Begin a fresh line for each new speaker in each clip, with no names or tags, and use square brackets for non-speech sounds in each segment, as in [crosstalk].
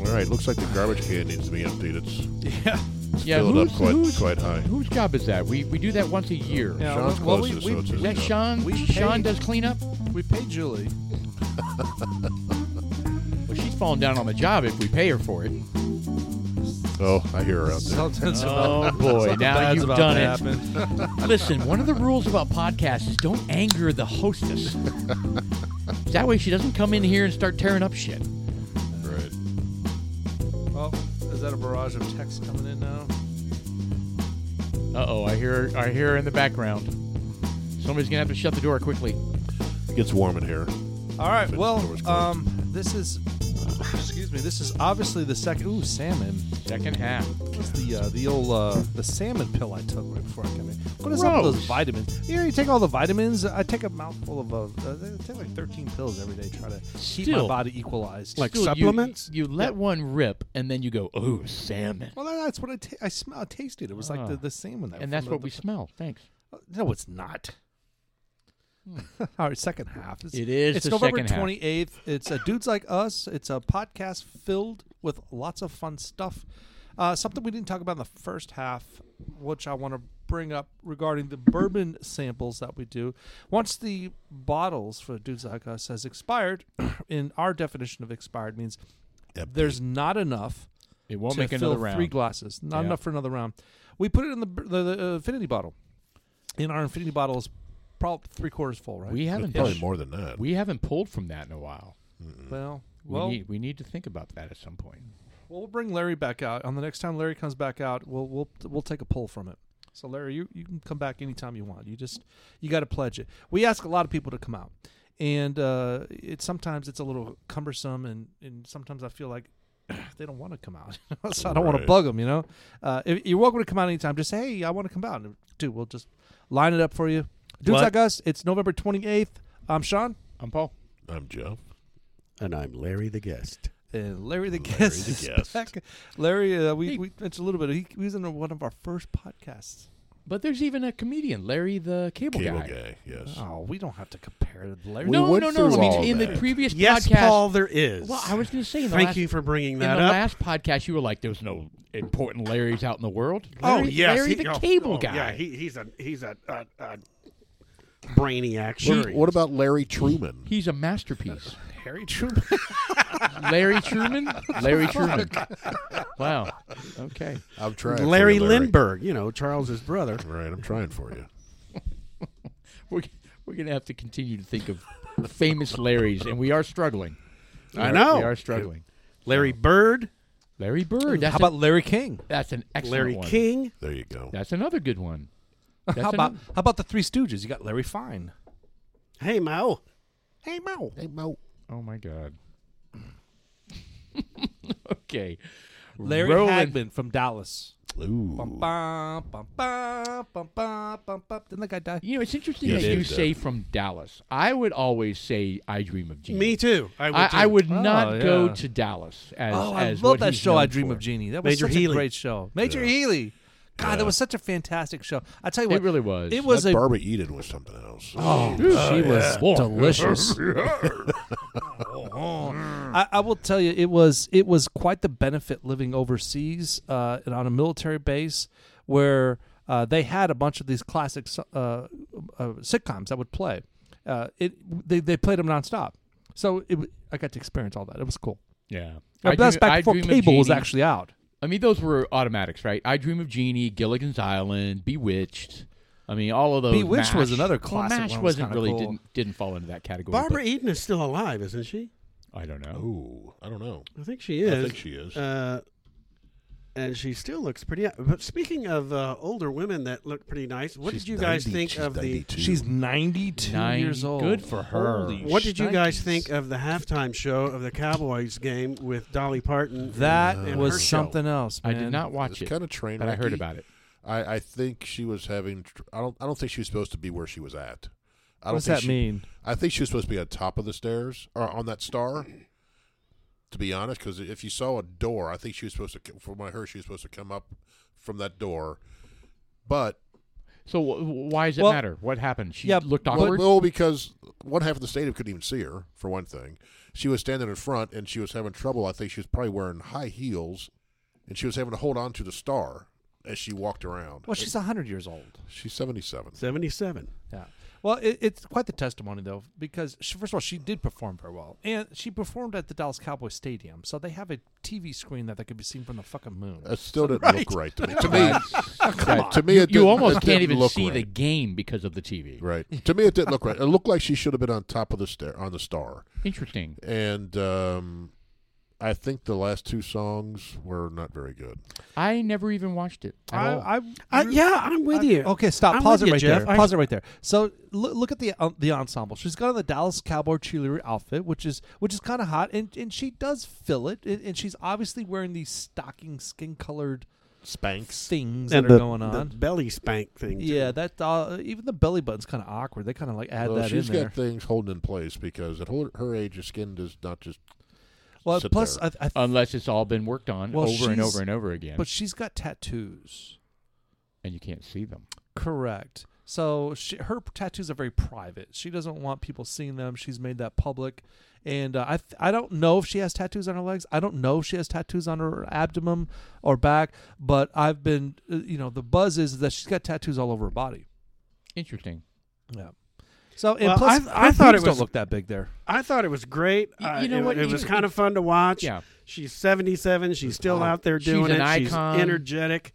right, looks like the garbage can needs to be emptied. It's
Yeah.
yeah, filled up quite quite high.
Whose job is that? We, we do that once a year.
Yeah.
Sean's
well, we-
closest,
we-
so it's his
Is that
job.
Sean?
We
Sean
paid-
does cleanup?
We paid Julie.
Well, she's falling down on the job if we pay her for it.
Oh, I hear her out there.
Something's
Oh, [laughs] boy.
something
Now
bad's
you've
about
done
to
it.
happen.
Listen, one of the rules about podcasts is don't anger the hostess. that way she doesn't come in here and start tearing up shit.
Right.
Oh, is that a barrage of texts coming in now?
Uh oh, I hear I hear her in the background. Somebody's gonna have to shut the door quickly.
It gets warm in here.
All right.
Fit
Well,
doors closed.
um, this is. Excuse me. This is obviously the second. Ooh, salmon.
Second half.
What's the uh, the old uh, the salmon pill I took right before I came in? What is up with those
Gross.
vitamins? You know, you take all the vitamins. I take a mouthful of. Uh, uh, I take like 13 pills every day. Try to keep my
Still.
body equalized.
Like
Dude, you-
supplements?
You, let one rip and then you go, oh, salmon.
Well, that- that's what I ta- I smell. I tasted. It was like
Ah.
the, the salmon. That
And that's
from the-
what we smell. Thanks.
the, No, it's not. Hmm. All right, second half. It's,
It is
It's
the
November
second half.
28th. It's a dudes like us. It's a podcast filled with lots of fun stuff. Uh, something we didn't talk about in the first half, which I want to bring up regarding the bourbon samples that we do. Once the bottles for dudes like us has expired, [clears throat] in our definition of expired means
Empty.
there's not enough
It won't
to
make
fill
another round.
three glasses. Not
Yeah.
enough for another round. We put it in the the, the uh, infinity bottle. In our infinity bottle is probably three quarters full, right?
we haven't
Probably
done-
more than that.
we haven't pulled from that in a while.
well,
We
well,
need, we need to think about that at some point.
well, we'll bring Larry back out. On the next time Larry comes back out, we'll we'll we'll take a pull from it. So Larry, you, you can come back anytime you want. You just you got to pledge it. We ask a lot of people to come out, and uh, it sometimes it's a little cumbersome, and and sometimes I feel like. [clears throat] They don't want to come out, [laughs] you know, so I don't want to
Right.
bug them. You know, uh, if, you're welcome to come out anytime. Just say, "Hey, I want to come out." And, Dude, we'll just line it up for you. Dudes
What?
like us. It's November 28th. I'm Sean
I'm Paul.
I'm Jeff.
And I'm Larry the guest.
and Larry the
Larry
guest.
the
is
guest.
back. Larry, uh, we,
Hey.
we mentioned a little bit. He, he was in one of our first podcasts.
But there's even a comedian, Larry the Cable,
Cable guy. yes.
Oh, we don't have to compare Larry.
no,
We went
no, no,
through
I mean,
all
in the
that.
previous
Yes,
podcast.
Paul, there is.
Well, I was going to say, in the
Thank
last,
you for bringing
in
that
the
up.
last podcast, you were like, "There's no important Larrys out in the world."
oh
Larry,
yes,
Larry
he-
the
oh,
Cable
oh,
Guy.
Yeah, he, he's a he's a, a, a brainiac. Sure.
What about Larry Truman?
He's a masterpiece.
Harry Truman.
Larry [laughs] Truman. Larry Truman. Wow. Okay.
I'm trying. for you,
Larry Lindbergh? You know, Charles's brother.
Right, I'm trying for you.
[laughs] We're we're gonna have to continue to think of famous Larrys, and we are struggling. We
I
are-
know.
we are struggling.
Larry Bird,
Larry Bird. That's
How
a,
about Larry King?
that's an excellent
Larry
one.
King.
There you go.
That's another good one. That's
How about
another-
how about the Three Stooges? You got Larry Fine.
Hey Mo. Hey Mo.
Hey, Mo.
Oh my God. [laughs] okay.
Larry
Roland-
Hagman from Dallas. Bum,
Ooh.
bum, bum, bum, bum, bum, bum, bum. Didn't that guy die?
You know, it's interesting
Yes,
that
he
you
did.
say from Dallas. I would always say I dream of Jeannie.
Me too. I would.
I, I
too.
would
Oh,
not go
yeah.
to Dallas as
Oh, I
as
love
what
that
he's
show. I
known
Dream
for.
of Jeannie. That was
Major
such
Healy.
a great show. Major Healy. God, that was such a fantastic show. I tell you
It
what,
really was.
It was a Oh.
Barbara Eden was something else.
she was
Boy.
[laughs] delicious. I, I will tell you, it was it was quite the benefit living overseas uh, and on a military base where uh, they had a bunch of these classic s- uh, uh, sitcoms that would play. Uh, it they, they played them nonstop, so it, w- I got to experience all that. It was cool.
Yeah.
Now,
I
that's
Dream-
back
I
before
Dream of
cable was
Jeannie.
actually out.
I mean, those were automatics, right? I Dream of Jeannie, Gilligan's Island, Bewitched. I mean, all of those.
Bewitched was
MASH.
another
Well,
classic
MASH
one, it was
wasn't
kinda
really
cool.
didn't didn't fall into that category. but
Barbara E Eden is still alive, isn't she?
I don't know.
Ooh, I don't know.
I think she is.
I think she is.
Uh, and she still looks pretty. uh, But speaking of uh, older women that look pretty nice, what
She's
did you guys
90
think
she's
of the?
92.
She's ninety two
Nine-
years old.
good for her.
Holy
What did you guys
shnikes.
think of the halftime show of the Cowboys game with Dolly Parton?
That
and her
was
show?
something else.
I
Man.
did not watch
it's
it,
kind of train
but I heard
wrecky.
about it.
I, I think she was having. tr- I don't. I don't think she was supposed to be where she was at. I
What
don't
does
think
that
she-
mean?
I think she was supposed to be on top of the stairs or on that star. To be honest, because if you saw a door, I think she was supposed to. c- From what I heard, she was supposed to come up from that door, but
So wh- wh- why does it
Well-
matter? What happened? She
Yeah,
looked
Well,
awkward.
well, because one half of the stadium couldn't even see her, for one thing. She was standing in front and she was having trouble. I think she was probably wearing high heels and she was having to hold on to the star as she walked around.
Well, she's 100 years old.
She's 77.
77.
Yeah. Well, it, it's quite the testimony, though, because she, first of all, she did perform very well. And she performed at the Dallas Cowboys Stadium. So they have a TV screen that, that could be seen from the fucking moon.
That still didn't look right to me. To me,
Right. Right.
to me it
you
didn't-
almost
it
can't
didn't
even
look
see the
right.
game because of the TV.
[laughs] right. To me, it didn't look right. It looked like she should have been on top of the stair on the star.
Interesting.
And um, I think the last two songs were not very good.
I never even watched it. at all.
I,
Uh,
I, oh, yeah, I'm with you.
Okay, stop.
I'm
Pause it
with you,
right
Jeff.
there.
I-
Pause it right there. So look, look at the um, the ensemble. She's got on the Dallas Cowboy cheerleader outfit, which is which is kind of hot, and and she does fill it, and, and she's obviously wearing these stocking skin colored
Spanks.
things
And
that
the,
are going on.
the belly spank thing. too.
yeah, that uh, even the belly button's kind of awkward. They kind of like add
Well,
that in
she's
there.
got things holding in place because at her her age, your skin does not just
well,
sit
plus
there.
I, I
Unless it's all been worked on
Well,
over and
she's-
over and over again,
but she's got tattoos.
and you can't see them.
Correct. So she, her tattoos are very private. She doesn't want people seeing them. She's made that public. And uh, I th- I don't know if she has tattoos on her legs. I don't know if she has tattoos on her abdomen or back. But I've been, uh, you know, the buzz is that she's got tattoos all over her body.
Interesting.
Yeah. So and
Well,
plus,
I- I
her
thought it
boobs
was-
don't look that big there.
I thought it was great.
Y-
Uh,
you know
it,
what?
It
You-
was kind of fun to watch.
Yeah.
She's 77. She's still out there
She's
doing
an
it.
icon.
She's energetic.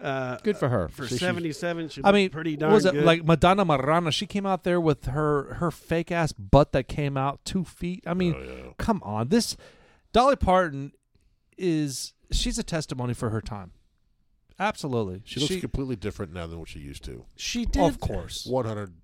Uh,
Good for her.
For
So she's-
77, she
I mean,
looked pretty darn
was it
good.
like Madonna Marana? She came out there with her her fake ass butt that came out two feet. I mean,
Oh, yeah.
come on, this Dolly Parton is she's a testimony for her time. Absolutely,
She looks completely different now than what she used to.
she did?
of course.
One hundred.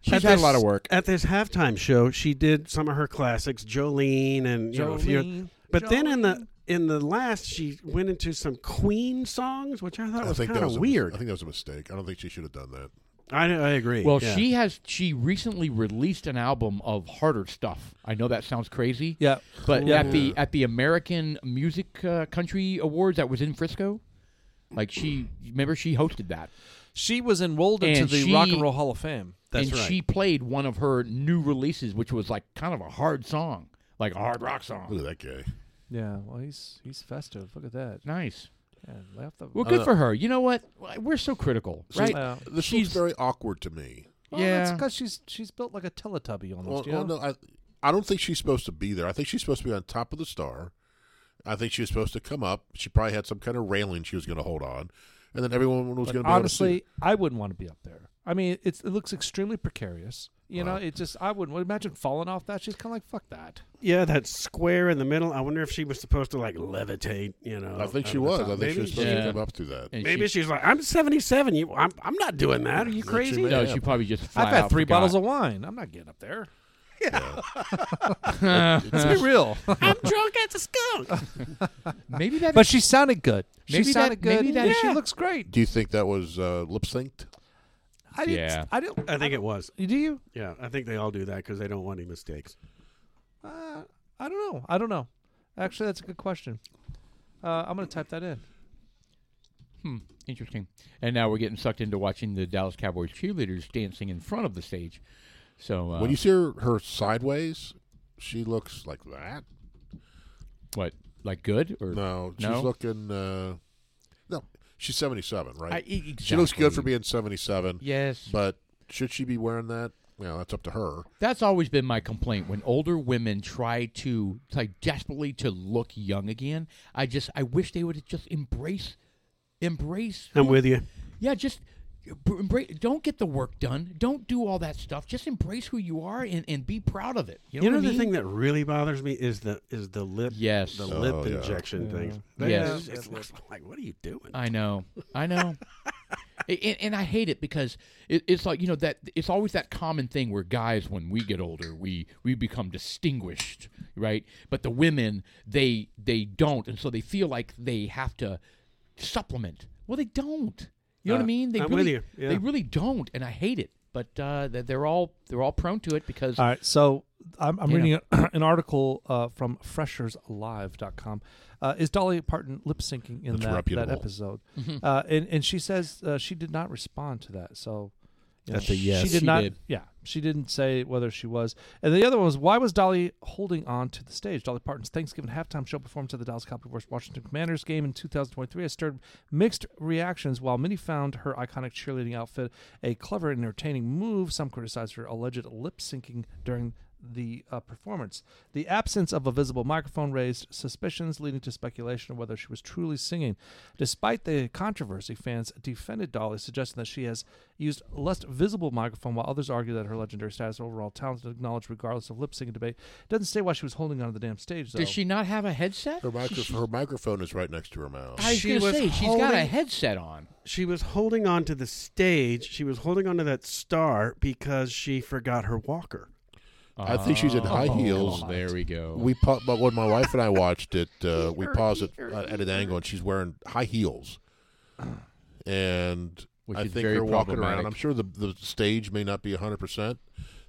She's
At
had a
this-
lot of work.
At this halftime show, she did some of her classics, Jolene, and you know a few.
Jolene,
But then in the
Jolene.
in the last, she went into some Queen songs, which I thought
I
was
think
kind
that
of
was a mis-
weird.
I think that was a mistake. I don't think she should have done that.
I, I agree.
Well,
yeah.
she has. She recently released an album of harder stuff. I know that sounds crazy.
yeah,
But
Yeah.
at the at the American Music uh, Country Awards that was in Frisco, like she remember she hosted that,
she was enrolled into
And
the
she-
Rock and Roll Hall of Fame. That's
and
right.
she played one of her new releases, which was like kind of a hard song, like a hard rock song.
Look at that guy.
yeah, well, he's he's festive. Look at that.
Nice.
Yeah, lay off the-
Well, good for her. You know what? We're so critical, right?
Yeah.
This
She's-
looks very awkward to me.
Well, that's
Yeah.
because she's she's built like a Teletubby
Well,
almost. you know?
well, no, I, I don't think she's supposed to be there. I think she's supposed to be on top of the star. I think she was supposed to come up. She probably had some kind of railing she was going to hold on, and then everyone was
But
going to be
honestly,
Able to see.
I wouldn't want to be up there. I mean, it's, it looks extremely precarious. You know,
Wow.
it just I wouldn't imagine falling off that. She's kind of like fuck that.
yeah, that square in the middle. I wonder if she was supposed to like levitate. You know,
I think she
over
was.
the
I
top.
think she
Maybe
was supposed
Yeah.
to come up to that.
And
Maybe
she,
she's like, I'm 77. You, I'm, I'm not doing that. Are you
she
crazy?
may-
no,
Yeah.
she probably just.
I've had three bottles of wine. I'm not getting up there. [laughs] Let's be [laughs] real.
[laughs]
I'm drunk at the skunk.
Maybe that.
but she sounded good.
Maybe
she
that-
sounded good.
maybe that-
and She
Yeah.
looks great.
Do you think that was uh, lip synced?
I didn't.
Yeah.
I didn't.
I think it was.
Do you?
Yeah, I think they all do that because they don't want any mistakes.
Uh, I don't know. I don't know. Actually, that's a good question. Uh, I'm gonna type that in.
Hmm, interesting. And now we're getting sucked into watching the Dallas Cowboys cheerleaders dancing in front of the stage. So uh,
when you see her, her sideways, she looks like that.
what like good or
No, she's
No?
looking. Uh, no, she's seventy-seven, right?
I, e- exactly.
She looks good for being seventy-seven.
Yes,
But should she be wearing that? Well, that's up to her.
that's always been my complaint when older women try to like desperately to look young again. I just I wish they would just embrace, embrace.
I'm with you.
Yeah, just embrace. Don't get the work done. Don't do all that stuff. Just embrace who you are and, and be proud of it. You know,
You know,
what I
the
mean?
thing that really bothers me is the is the lip
Yes.
the
Oh,
lip
yeah.
injection things. That
Yes.
is- it's like what are you doing?
I know. I know. A- and, and I hate it because it, it's like you know that it's always that common thing where guys, when we get older, we we become distinguished, right? But the women, they they don't, and so they feel like they have to supplement. Well, they don't. You know what I
Uh,
mean? They
I'm with
really,
you, yeah.
they really don't, and I hate it. But uh, they're- they're all they're all prone to it because
All right. So I'm, I'm
Yeah.
reading [clears throat] an article uh, from fresherslive.com. Uh, is Dolly Parton lip syncing in
That's
that, that
reputable.
episode?
mm-hmm.
Uh, and, and she says uh, she did not respond to that. So you
That's a yes.
She did
She
not.
did.
Yeah, she didn't say whether she was. And the other one was why was Dolly holding on to the stage? Dolly Parton's Thanksgiving halftime show performance at the Dallas Cowboys versus Washington Commanders game in 2023 has stirred mixed reactions. While many found her iconic cheerleading outfit a clever and entertaining move, some criticized her alleged lip syncing during the uh, performance. The absence of a visible microphone raised suspicions, leading to speculation of whether she was truly singing. Despite the controversy, fans defended Dolly, suggesting that she has used less visible microphone, while others argue that her legendary status, overall talent, and acknowledged regardless of lip syncing debate, doesn't say why she was holding onto the damn stage. Though.
Does she not have a headset?
Her, micro- her microphone is right next to her mouth.
I was
She
going to
was
say she's got a
holding-
headset on.
She was holding on to the stage. She was holding on to that star because she forgot her walker.
I think she's in high
Oh,
heels.
There we go.
We pa- but when my wife and I watched it, uh, we paused it at, at an angle, and she's wearing high heels, and
Which
I
is
think
very
they're walking around.
problematic.
I'm sure the the stage may not be 100, percent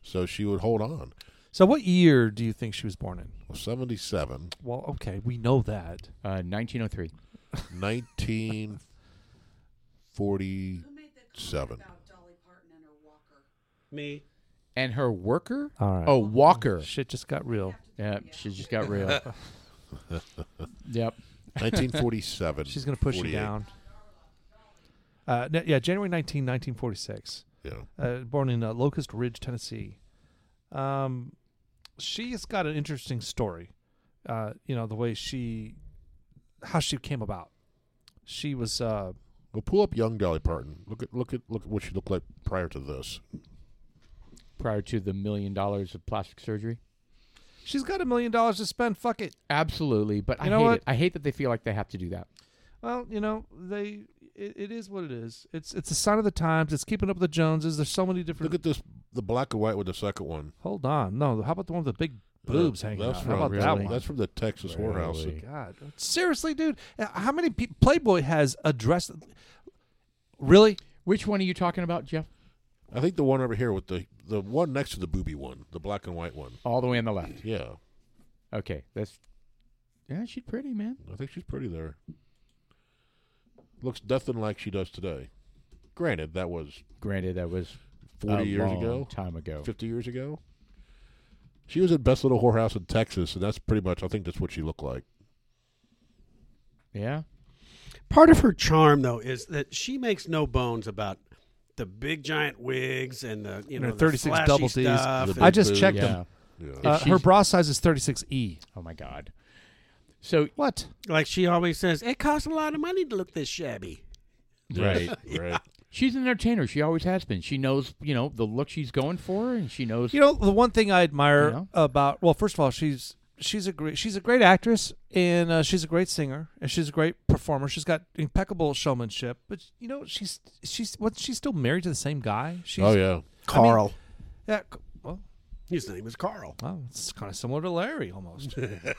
so she would hold on.
so, what year do you think she was born in?
Well, 77,
Well, okay, we know that.
uh, 1903.
1947.
Me.
And her worker?
All right.
Oh, Walker.
Shit just got real.
Yeah, she just got real. yep.
1947.
She's going to push you
48,
down. Uh, n- yeah, January 19, 1946.
Yeah.
uh, born in uh, Locust Ridge, Tennessee. Um, she's got an interesting story. Uh, you know the way she, how she came about. She was uh,
Well, pull up young Dolly Parton. Look at look at look at what she looked like prior to this.
Prior to the million dollars of plastic surgery.
she's got a million dollars to spend. Fuck it.
Absolutely, but I
You know
hate
what?
it. I hate that they feel like they have to do that.
Well, you know they. It, it is what it is. It's it's a sign of the times. It's keeping up with the Joneses. There's so many different.
Look at this, the black and white with the second one.
hold on. No, how about the one with the big boobs
Uh,
hanging
that's
out?
From,
How about that
really-
one?
That's from the Texas whorehouse.
Really?
God, seriously, dude, Uh, how many pe- Playboy has addressed? Really?
Which one are you talking about, Jeff?
I think the one over here with the the one next to the booby one, the black and white one.
All the way on the left.
Yeah,
Okay, that's. Yeah, she's pretty, man.
I think she's pretty there. Looks nothing like she does today. Granted, that was
Granted, that was
forty
a
years
long
ago,
Time ago.
fifty years ago. She was at Best Little Whorehouse in Texas, and that's pretty much. I think that's what she looked like.
Yeah.
Part of her charm, though, is that she makes no bones about the big giant wigs and the you
And
know
her
the
36
flashy
double Ds.
stuff
The
and-
big
I just
boobs.
checked
Yeah.
them.
Yeah.
If
[laughs] Uh, her
she's-
bra size is E. 36E.
Oh my God. So
What?
like she always says, it costs a lot of money to look this shabby.
[laughs]
[laughs]
right,
right.
she's an entertainer. She always has been. She knows, you know, the look she's going for, and she knows.
You know, the one thing I admire
You know?
about well, first of all, she's she's a great she's a great actress and uh, she's a great singer and she's a great performer. She's got impeccable showmanship, but you know, she's she's what she's still married to the same guy. She's,
Oh yeah.
Carl.
yeah, c- well,
His name is Carl.
Wow, it's kind of similar to Larry
[laughs]
almost. [laughs] it's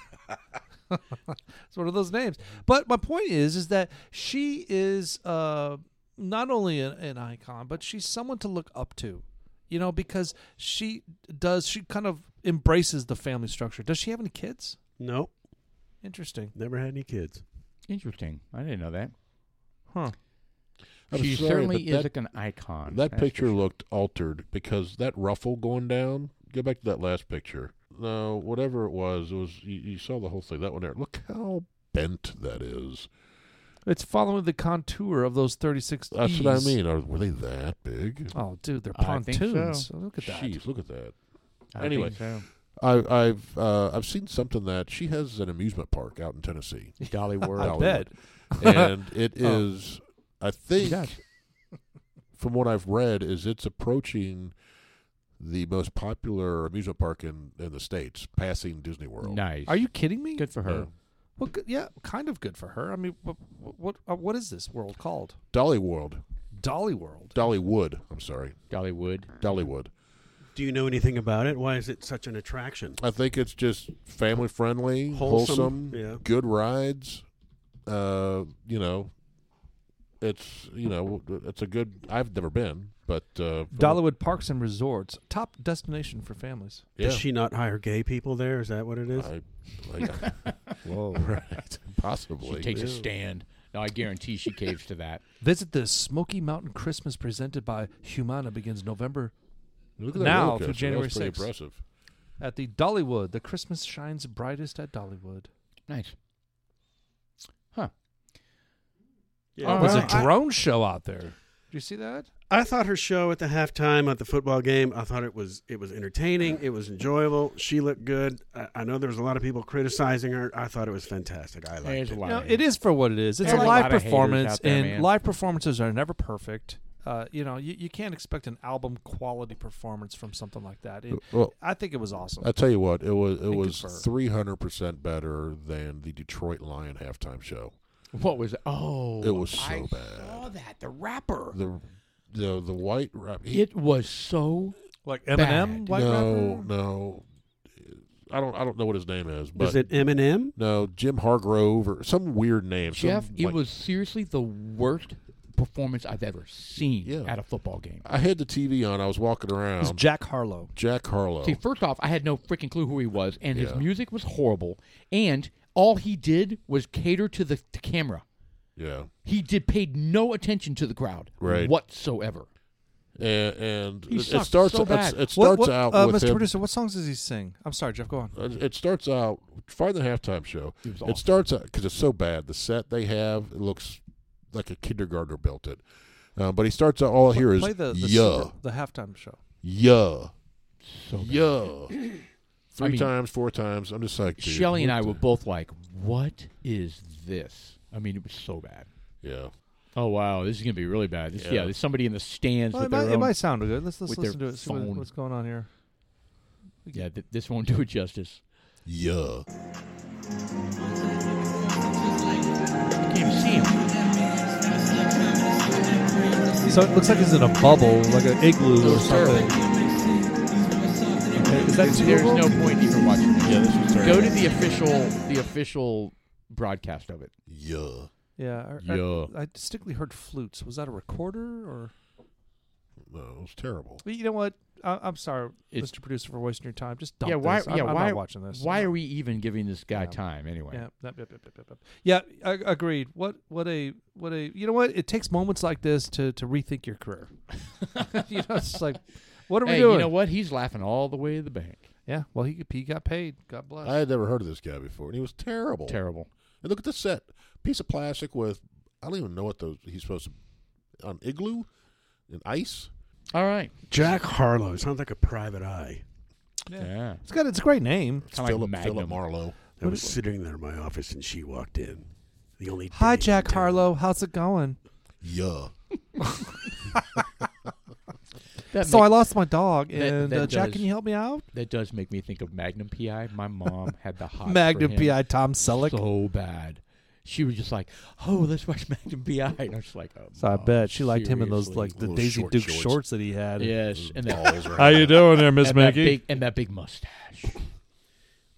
one of those names. But my point is, is that she is uh, not only an, an icon, but she's someone to look up to. You know, because she does, she kind of embraces the family structure. Does she have any kids?
Nope.
Interesting.
Never had any kids.
Interesting. I didn't know that.
Huh.
I'm
she
sorry,
certainly
but
is
that-
like an icon.
That
That's for
picture
sure.
looked altered because that ruffle going down. Go back to that last picture. No, whatever it was, it was you, you saw the whole thing. That one there. Look how bent that is.
It's following the contour of those 36
That's what I
E's.
mean. Are, were they that big?
Oh, dude, they're
I think so.
pontoons. Look at that.
Jeez, look at that.
I
anyway.
think so.
I, I've uh, I've seen something that she has an amusement park out in Tennessee, [laughs]
Dolly World.
I bet.
and it is.
Oh.
I
She
think
does.
[laughs] from what I've read is it's approaching the most popular amusement park in, in the states, passing Disney World. Oh,
Nice.
Are you kidding me?
good for her?
Mm. Well, good- yeah, kind of good for her. I mean, what what uh, what is this world called?
Dolly World.
Dolly World.
Dollywood. I'm sorry,
Dolly Wood.
Dollywood.
Do you know anything about it? Why is it such an attraction?
I think it's just family friendly,
Wholesome,
wholesome,
yeah.
good rides. Uh, you know, it's you know, it's a good. I've never been. But uh,
Dollywood Parks and Resorts, top destination for families.
yeah,
Does she not hire gay people there? Is that what it is?
I, I,
Whoa.
right, possibly.
She takes a
Yeah.
stand. No, I guarantee she caves to that.
Visit the Smoky Mountain Christmas presented by Humana begins November
Look
Now
roller
through
coaster.
January
That's pretty
6th.
impressive.
at the Dollywood. The Christmas shines brightest at Dollywood.
Nice. Huh.
Yeah.
All
Oh, There's
right.
a drone show out there. Do you see that?
I thought her show at the halftime at the football game. I thought it was it was entertaining. It was enjoyable. She looked good. I, I know there was a lot of people criticizing her. I thought it was fantastic. I liked
There's a
it.
lot
No,
of
it is for what it is. It's
There's a
a live
lot of haters
performance,
out there,
and
man.
live performances are never perfect. Uh, you know, you, you can't expect an album quality performance from something like that. It-
Well,
I think it was awesome.
I tell you what, it was it
Thank you
was
for-
three hundred percent better than the Detroit Lion halftime show.
What was it? Oh,
It was so
I
bad.
saw that the rapper.
The the the white rap. he-
It was so.
Like
Eminem,
white
no, no, I don't I don't know what his name is, but
Is it Eminem?
no Jim Hargrove or some weird name. some,
Jeff, it
like-
was seriously the worst performance I've ever seen
Yeah.
at a football game.
I had the TV on. I was walking
It's
around.
Jack Harlow.
Jack Harlow.
See, first off, I had no freaking clue who he was, and his
Oh. Yeah.
music was horrible, and all he did was cater to the, the camera.
yeah,
He did paid no attention to the crowd
Right.
whatsoever.
and, and
He
it, it
sucked
starts
so
it's-
bad.
it starts
What- what-
out
uh,
with
Mr.
him-
Producer, what songs does he sing? I'm sorry, Jeff. Go on.
Uh, It starts out find the halftime show.
It was
It,
awful.
starts out because it's so bad. The set they have it looks like a kindergartner built it. Uh, but he starts out. All I hear is
Play the the,
yeah,
Super- the halftime show.
yeah,
So bad.
yeah. Three
I mean-
times, four times. I'm just like dude,
Shelly and
what
I
the-
were both like, "What is this?" I mean, it was so bad.
Yeah,
Oh wow, this is gonna be really bad. This, yeah.
Yeah.
there's somebody in the stands
Well, it,
with their
might, it
own.
might sound good. Let's, let's
with their
listen to it. See what-
phone.
what's going on here?
Yeah, th- this won't do it justice.
yeah.
I can't even see him.
So it looks like he's in a bubble, like an igloo or something. Okay, is that
There's
doable?
no point in even watching. This.
Yeah, this was terrible.
Go to the official, the official broadcast of it.
yeah.
Yeah. I, I-
Yeah.
I distinctly heard flutes. Was that a recorder or?
No, it was terrible.
But you know what? I, I'm sorry,
It's-
Mr. Producer, for wasting your time. Just dump
yeah, why?
this. I'm,
yeah,
I'm
why?
not watching this.
Why are we even giving this guy
Yeah.
time anyway?
Yeah, yep, yep, yep, yep, yep, yep. yeah. I, agreed. What? What a? What a? You know what? It takes moments like this to to rethink your career.
[laughs]
[laughs] you know, it's like, what are we
Hey,
doing?
you know what? He's laughing all the way to the bank.
Yeah. Well, he he got paid. God bless.
I had never heard of this guy before, and he was terrible.
Terrible.
And look at the set. Piece of plastic with I don't even know what those he's supposed to on igloo and ice.
All right.
Jack Harlow sounds like a private eye.
Yeah.
Yeah.
It's got it's a great name.
Kinda like
Philip Philip
Magnum.
Marlowe.
I was sitting there in my office and she walked in. The only
Hi,
dame in
Jack
town.
Harlow. How's it going?
Yeah.
That,
So
ma-
I lost my dog,
that-
and
that
uh, Jack,
does-
can you help me out?
that does make me think of Magnum PI. My mom had
[laughs]
the hot
Magnum
for him.
PI Tom Selleck.
so bad. She was just like, "Oh, let's watch Magnum PI," and I was like, "Oh."
So I
Mom,
bet she liked him in those
seriously?"
like the
Little
Daisy
short
Duke
shorts.
shorts that he had.
yes, and that,
Balls right
How you
out.
doing there, Miss
and that
Maggie?
big and that big mustache.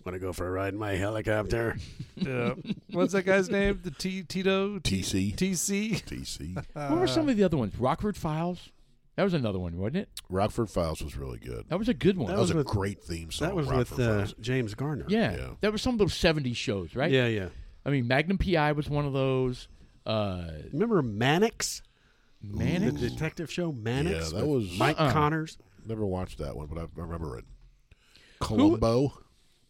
Want to go for a ride in my helicopter?
Yeah. What's that guy's name? The T Uh, Tito
TC.
TC.
TC.
what were some of the other ones? Rockford Files. That was another one, wasn't it?
Rockford Files was really good. That
That was a good one.
That
was, a
was with-
great theme song.
That was
Rockford
with uh,
Files.
James Garner.
yeah.
yeah.
that was some of those '70s shows, right?
Yeah, yeah.
I mean, Magnum PI was one of those. Uh,
Remember Mannix? The
Mannix.
detective show Mannix?
Yeah, that
with
was-
Mike
Uh-uh.
Connors.
Never watched that one, but I I remember it. Columbo,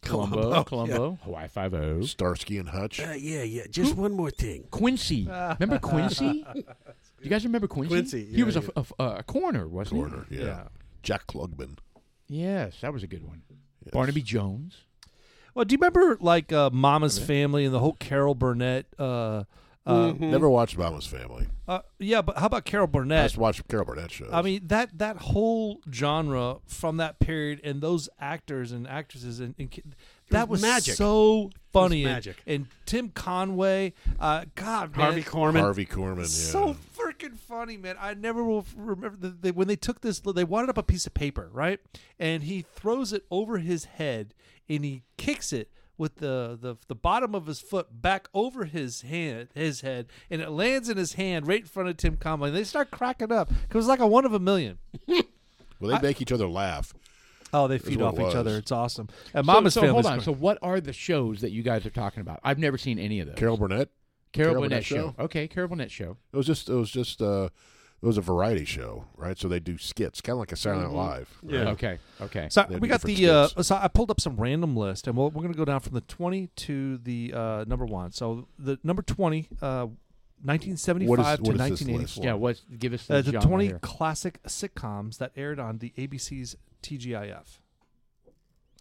Columbo, Columbo, Hawaii Five O,
Starsky and Hutch.
Uh, yeah, yeah. Just one more thing.
Quincy. Remember
[laughs]
Quincy? Do you guys remember Quincy?
Quincy,
he
yeah,
was a,
yeah.
a, a corner, wasn't he?
Corner, yeah. Jack Klugman.
Yes, that was a good one. Barnaby Jones.
Well, do you remember like uh, Mama's Family and the whole Carol Burnett? Uh, uh,
Never watched Mama's Family.
uh, yeah, but how about Carol
I
Burnett?
just watched Carol Burnett shows.
I mean that that whole genre from that period and those actors and actresses and, and ki- that
was
was,
magic.
so funny. and-
magic.
And, Tim Conway, uh, God, man,
Harvey Korman.
Harvey Korman. Yeah.
so freaking funny, man. I never will f- remember the, they, when they took this. They wadded up a piece of paper, right? And he throws it over his head, and he kicks it with the, the the bottom of his foot back over his hand his head and it lands in his hand right in front of Tim Conley. They start cracking up because it was like a one of a million.
Well, they make each other laugh.
Oh, they feed
what
off
it
each other.
was.
It's awesome. And Mama's
so, so
family.
hold on. So what are the shows that you guys are talking about? I've never seen any of those.
Carol Burnett.
Carol
Carol
Burnett,
Burnett
show. Okay, Carol Burnett show.
It was just. It was just. Uh, it was a variety show, right? So they do skits, kind of like a Silent Live. right?
Yeah.
Okay, okay.
So
They'd
we
be
got
different
the. Uh, so I pulled up some random list, and we'll, we're going to go down from the twenty to the uh, number one. So the number twenty, uh, nineteen seventy-five
what
to
is this
nineteen
list?
eighty-four.
yeah, what's give us the
Uh, the
genre
20
here.
classic sitcoms that aired on the ABC's TGIF.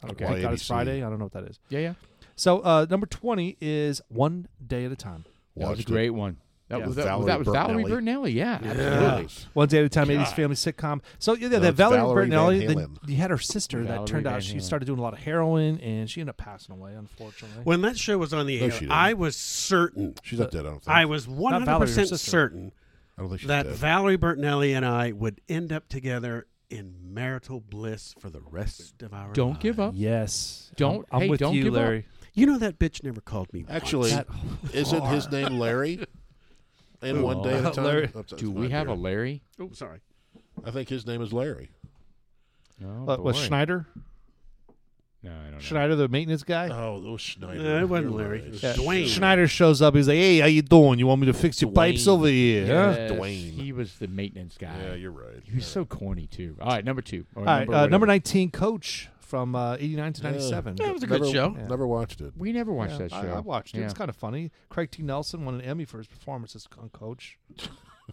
I don't
Okay.
know what
Why
that is
ABC?
Friday. I don't know what that is.
Yeah, yeah.
So uh, number 20 is One Day at a Time.
That was a
Watched it.
great one. That
Yeah.
was
With
that, was-
Valerie
that was Valerie
Bertinelli.
Bernelli. Yeah, absolutely.
Yes.
One Day at a Time, 80s family sitcom. So yeah,
No,
that
it's
Valerie,
Valerie Van
Bertinelli, then
Halen.
you had her sister that
Valerie
turned
Van
out she
Halen.
started doing a lot of heroin, and she ended up passing away, unfortunately.
When that show was on the
No,
air,
she didn't.
I was certain.
She's not dead. I don't think.
I was one
Not
hundred
Valerie, her
percent
sister.
certain
I don't think she's
that
dead.
Valerie Bertinelli and I would end up together in marital bliss for the rest of our.
Don't
lives.
give up.
Yes.
Don't-
I'm, I'm
hey,
with
don't
you,
give up.
Larry.
You know that bitch never called me. once.
Actually,
That-
isn't his name Larry? And one day at a time.
Larry.
That's- that's
Do
my
we have a
beard.
Larry?
oh sorry.
I think his name is Larry.
No,
Uh, was Schneider?
Oh, No, I don't know.
Schneider, the maintenance guy?
Oh, those Schneider.
No, it wasn't
You're
Larry.
right.
It was
Yeah.
Dwayne.
Schneider shows up. He's like, "Hey, how you doing? You want me to fix your pipes
Dwayne.
over here?" huh?"
Yes,
Dwayne.
He was the maintenance guy.
Yeah, you're right.
He was so corny too. All right, number two. Or
All right,
number
uh, number
whatever.
nineteen, Coach from uh, eighty nine to ninety seven.
Yeah, it was a good
Never-
show.
Never watched it.
We never watched that
I,
show.
I watched it.
Yeah.
It's kind of funny. Craig T. Nelson won an Emmy for his performance as on Coach.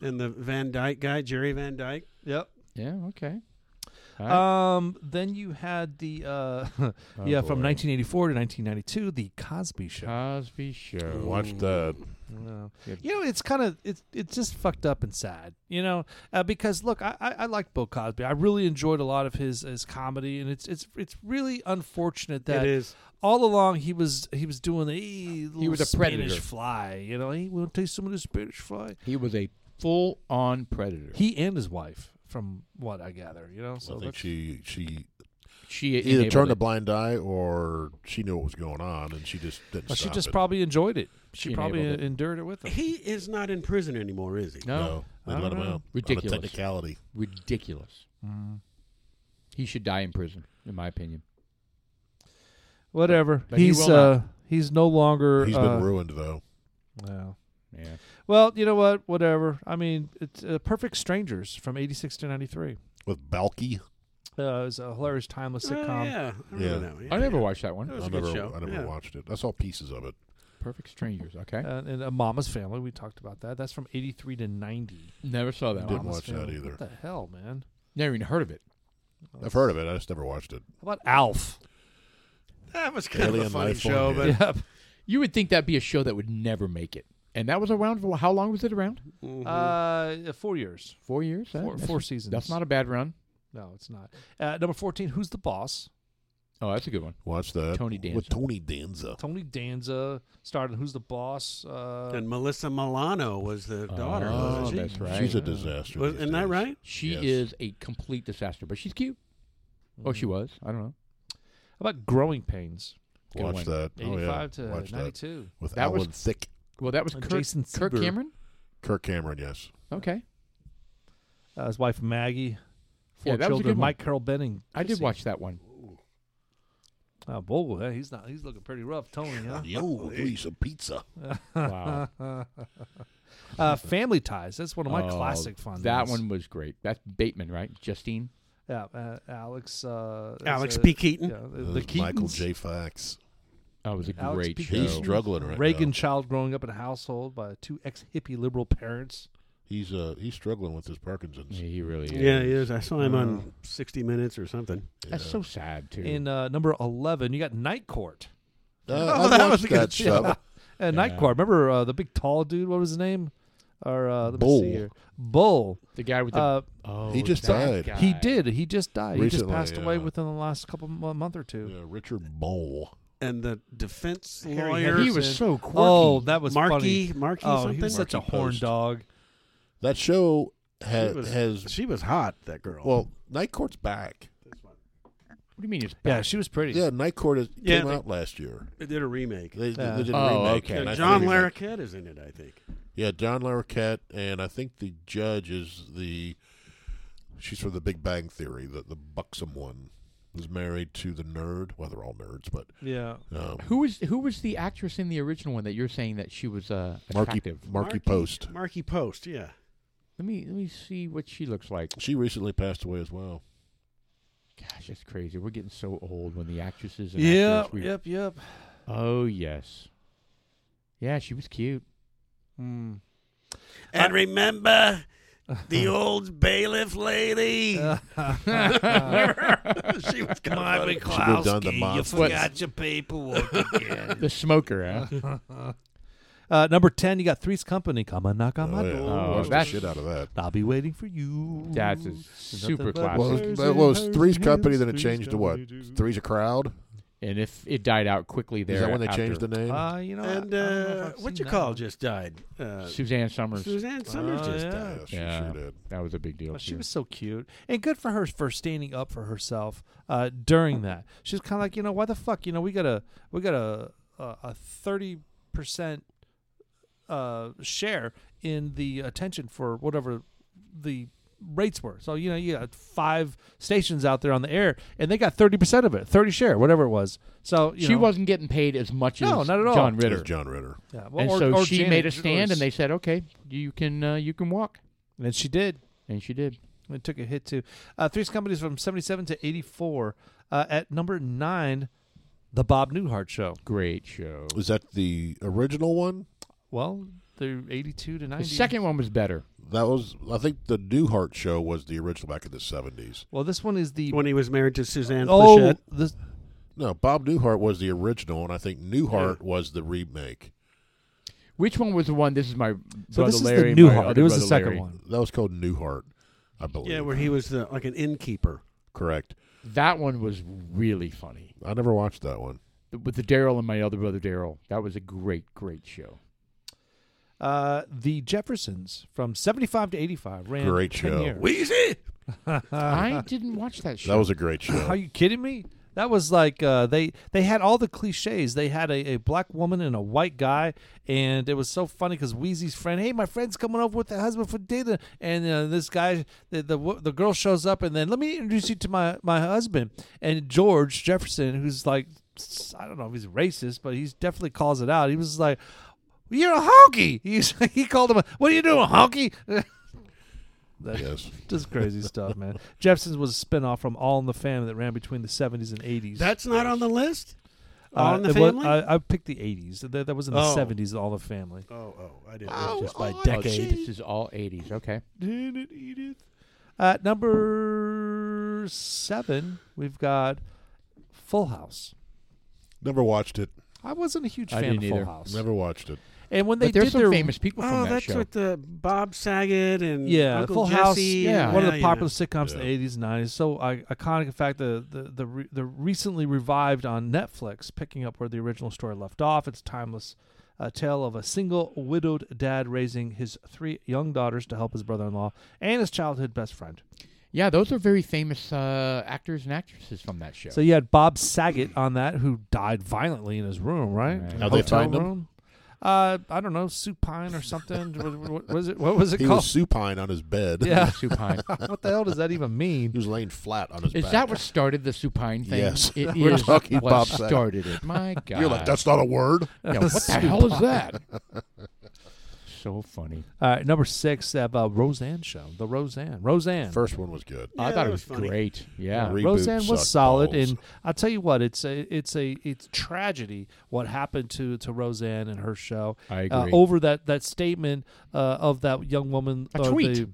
and the Van Dyke guy, Jerry Van Dyke.
Yep.
yeah. Okay. All right. Oh,
Um. Then you had the uh, [laughs] yeah from nineteen eighty four to nineteen ninety two, the Cosby Show.
Cosby Show.
Watched that.
Yeah.
Good.
You know, it's kind of it's it's just fucked up and sad. You know, uh, because look, I, I I liked Bill Cosby. I really enjoyed a lot of his his comedy, and it's it's it's really unfortunate that
It is.
all along he was he was doing the he
was a
Spanish
predator.
fly. You know, he will taste some of the Spanish fly.
He was a full-on predator.
He and his wife, from what I gather, you know. So
I think
that's-
she she
she
either
enabled
turned a
it.
blind eye or she knew what was going on and she just didn't.
well, she
stop
just
it.
probably enjoyed it. She,
She
probably
enabled it.
endured it with him.
He is not in prison anymore, is he?
No,
no. They
I
let
don't
him
know.
out.
Ridiculous.
On a technicality.
ridiculous.
Mm.
He should die in prison, in my opinion.
Whatever.
But he
he's
will
uh he's no longer.
He's
uh,
been ruined though.
yeah.
Yeah.
Well, you know what? Whatever. I mean, it's uh, Perfect Strangers from '86 to '93.
With Balky.
Uh, it was a hilarious, timeless
Oh,
sitcom.
yeah. I remember
Yeah.
that one.
I never
yeah.
watched that one. Uh,
That was
I
a good
never
show.
I never
yeah.
watched it. I saw pieces of it.
Perfect Strangers. Okay.
Uh, and uh, Mama's Family. We talked about that. That's from '83 to '90.
never saw that
Didn't
one.
Mama's
watch that
Family.
either.
What the hell, man?
Never even heard of it.
I've heard of it. I just never watched it.
How about Alf?
That was kind
Alien
of a funny
Life
show,
on
but
Yep.
You would think that'd be a show that would never make it, and that was around for how long was it around?
Uh, four years.
Four years. That-
Four,
that's-
four seasons.
That's not a bad run.
No, it's not. Uh, number 14, Who's the Boss?
Oh, that's a good one.
Watched that.
Tony
With
Danza.
Tony Danza.
Tony Danza starred in Who's the Boss. Uh,
and Melissa Milano was the daughter.
Oh,
wasn't she?
that's right.
She's a
Yeah.
disaster.
Was,
these
isn't that
days.
right?
She
Yes.
is a complete disaster, but she's cute. Oh, she was. I don't know.
how about Growing Pains?
Good
Watched
one.
that. Oh,
85
yeah.
to
Watched that.
92.
With
That was-
Alan Thick.
Well, that was
Uh,
Kirk,
Jason
Kirk
Sieber.
Cameron.
Kirk Cameron, yes.
Okay,
Uh, his wife Maggie. Four
Yeah, that was a
children.
good one.
Mike Carroll Benning.
I did
Kissing.
watch that one.
[laughs] Oh, boy, hey, he's not. He's looking pretty rough, Tony.
[laughs]
Huh?
Yo, please, some pizza.
Wow,
[laughs] Uh, Family Ties. That's one of my
Oh,
classic fun.
That
ones.
one was great. That's Bateman, right? Justine.
Yeah, uh, Alex. Uh, is,
Alex
uh,
P. Keaton.
Yeah, the,
That
the
was Michael
Keatons.
J. Fox.
That was a
Alex
great
P.
show.
He's struggling right
Reagan
now.
child growing up in a household by two ex hippie liberal parents.
He's uh he's struggling with his Parkinson's.
Yeah, he really is.
Yeah, he is. I saw him on 60 Minutes or something.
That's so sad too.
In uh, number 11, you got Night Court.
Uh,
Oh,
I
[laughs] that
watched
was a good
that
show.
[laughs]
stuff.
Uh, Night
Yeah.
Court. Remember uh, the big tall dude? What was his name? Or uh, let
Bull.
me see here. Bull.
the guy with the
Uh,
oh,
He just
that
died.
guy.
he did. He just died. he just
Recently,
passed away
yeah.
within the last couple mo- month or two.
Yeah, Richard Bowl.
And the defense
Harry
lawyer.
Harrison.
He was so quirky.
Oh, that was
Marky,
funny.
Marky
oh,
something.
he was such a
Marky
horn
Post.
dog.
That show
She
ha-
was-
has
She was hot, that girl.
well, Night Court's back.
do you mean it's
Yeah,
back?
she was pretty.
Yeah, Night Court is,
Yeah,
came
they-
out last year.
They did a remake.
They, they-
Yeah.
they did a
Oh,
remake.
okay.
and I
And
think
John
they-
Larroquette is in it, I think.
Yeah, John Larroquette, and I think the judge is the. She's from The Big Bang Theory, the the buxom one, is married to the nerd. Well, they're all nerds, but
Yeah.
um,
Who was who was the actress in the original one that you're saying that she was uh,
Marky,
attractive?
Marky Post.
Marky Post, yeah.
Let me let me see what she looks like.
She recently passed away as well.
Gosh, that's crazy. We're getting so old when the actresses and
Yeah.
actors we-
Yep. Yep.
Oh yes, yeah, she was cute. [laughs]
Hmm.
And remember the old bailiff lady.
Uh,
[laughs]
[laughs]
she was
My
moved on to
McCloskey, you
monsters.
forgot your paperwork again.
The smoker, huh?
Uh, number ten, you got Three's Company. Come on, knock on
Oh,
my
yeah.
door.
Oh,
Watched the
that's-
shit out of that.
I'll be waiting for you.
That's a super
Well,
but
classic.
Thursday,
that was
Thursday,
Three's Company, then it
Three's
changed to what?
Company, do.
Three's a Crowd?
And if it died out quickly, there
Is that when they
after-
changed the name?
Uh, you know, I-
And
I don't know if
uh,
I've seen
what you
that
call
one.
just died? Uh,
Suzanne Summers.
Suzanne Summers
Oh,
just
yeah.
died.
yeah, she sure
Yeah.
did.
That was a big deal.
Oh, she
too.
was so cute and good for her for standing up for herself uh, during that. She was kind of like, you know, why the fuck? You know, we got a we got a a thirty percent uh, share in the attention for whatever the rates were. So you know, you got five stations out there on the air, and they got thirty percent of it, thirty share, whatever it was. So you
she
know,
wasn't getting paid as much
No,
as
not at all.
John
It
Ritter.
was John Ritter.
yeah, well,
and
or-
so
or
she
Janet
made a
Lewis.
stand, and they said, "Okay, you can uh, you can walk,"
and she did.
and she did.
It took a hit too. Uh, Three's Company's from 77 to 84. Uh, at number nine, The Bob Newhart Show.
Great show.
Was that the original one?
Well, they're 82 to 90.
The second one was better.
That was, I think, the Newhart show was the original back in the seventies.
Well, this one is the.
When he was married to Suzanne
Oh,
Pleshette.
this,
No, Bob Newhart was the original, and I think Newhart was the remake.
Which one was the one? This is my
so
brother
this is
Larry. and
the
my
Newhart.
other
It was the
brother
second
Larry.
one.
That was called Newhart, I believe.
Yeah, where he was the, like an innkeeper.
correct.
That one was really funny
I never watched that one.
with the Daryl and my other brother Daryl. That was a great, great show.
Uh, the Jeffersons from 75 to 85 ran.
Great
10
show.
years.
Wheezy!
Uh,
I didn't watch that show.
That was a great show.
Are you kidding me? That was like uh, they they had all the cliches. They had a, a black woman and a white guy, and it was so funny because Wheezy's friend, hey, my friend's coming over with her husband for dinner, and uh, this guy, the, the wo- the girl shows up, and then let me introduce you to my my husband and George Jefferson, who's like, I don't know if he's racist, but he's definitely calls it out. He was like, "You're a honky." [laughs] He's he called him, a, "What are you doing, honky?" [laughs] That-
yes,
just crazy stuff, man. Jeffersons was a spin-off from All in the Family that ran between the 70s and 80s.
That's not on the list?
Uh,
All in the
it was-
Family?
I, I picked the 80s. That, that was in the
Oh.
70s, All in the Family.
oh, oh, I didn't.
Oh,
just by
oh,
decade.
This is all '80s. Okay.
Uh, number seven, we've got Full House.
never watched it.
I wasn't a huge
I
fan of
didn't
Full
either.
House.
Never watched it.
And when they
but there's
did
some
their
famous people from
Oh,
that
that's
show.
with the Bob Saget and
yeah,
Uncle
Full
Jesse.
House,
yeah.
one of
yeah,
the
yeah.
popular sitcoms
Yeah.
in the 80s and 90s. So I, iconic. In fact, the the the, re, the recently revived on Netflix, picking up where the original story left off. It's timeless. A tale of a single widowed dad raising his three young daughters to help his brother-in-law and his childhood best friend.
yeah, those are very famous uh, actors and actresses from that show.
So you had Bob Saget on that, who died violently in his room, right?
Right.
In
How'd
the
they
hotel
find him?
room. Uh, I don't know, supine or something. [laughs] what, what was it? What was it
He
called?
was supine on his bed. [laughs]
yeah.
supine.
[laughs] what the hell does that even mean?
he was laying flat on his
Is
back.
that what started the supine thing?
Yes.
it
[laughs] We're
is
talking
what
Bob Saget.
started it. My
[laughs]
God,
You're like, that's not a word.
[laughs]
[laughs]
Yeah, what the hell is that? so funny.
All right, number six, they have uh, Roseanne show. The Roseanne. Roseanne. Uh,
First one was good.
I
Yeah,
thought
that
it
was
was,
funny.
great. Yeah,
Reboot
Roseanne was
sucked
solid,
balls.
and I'll tell you what, it's a it's a it's tragedy what happened to to Roseanne and her show.
I
Uh,
agree.
over that that statement uh, of that young woman.
A
or
tweet.
the-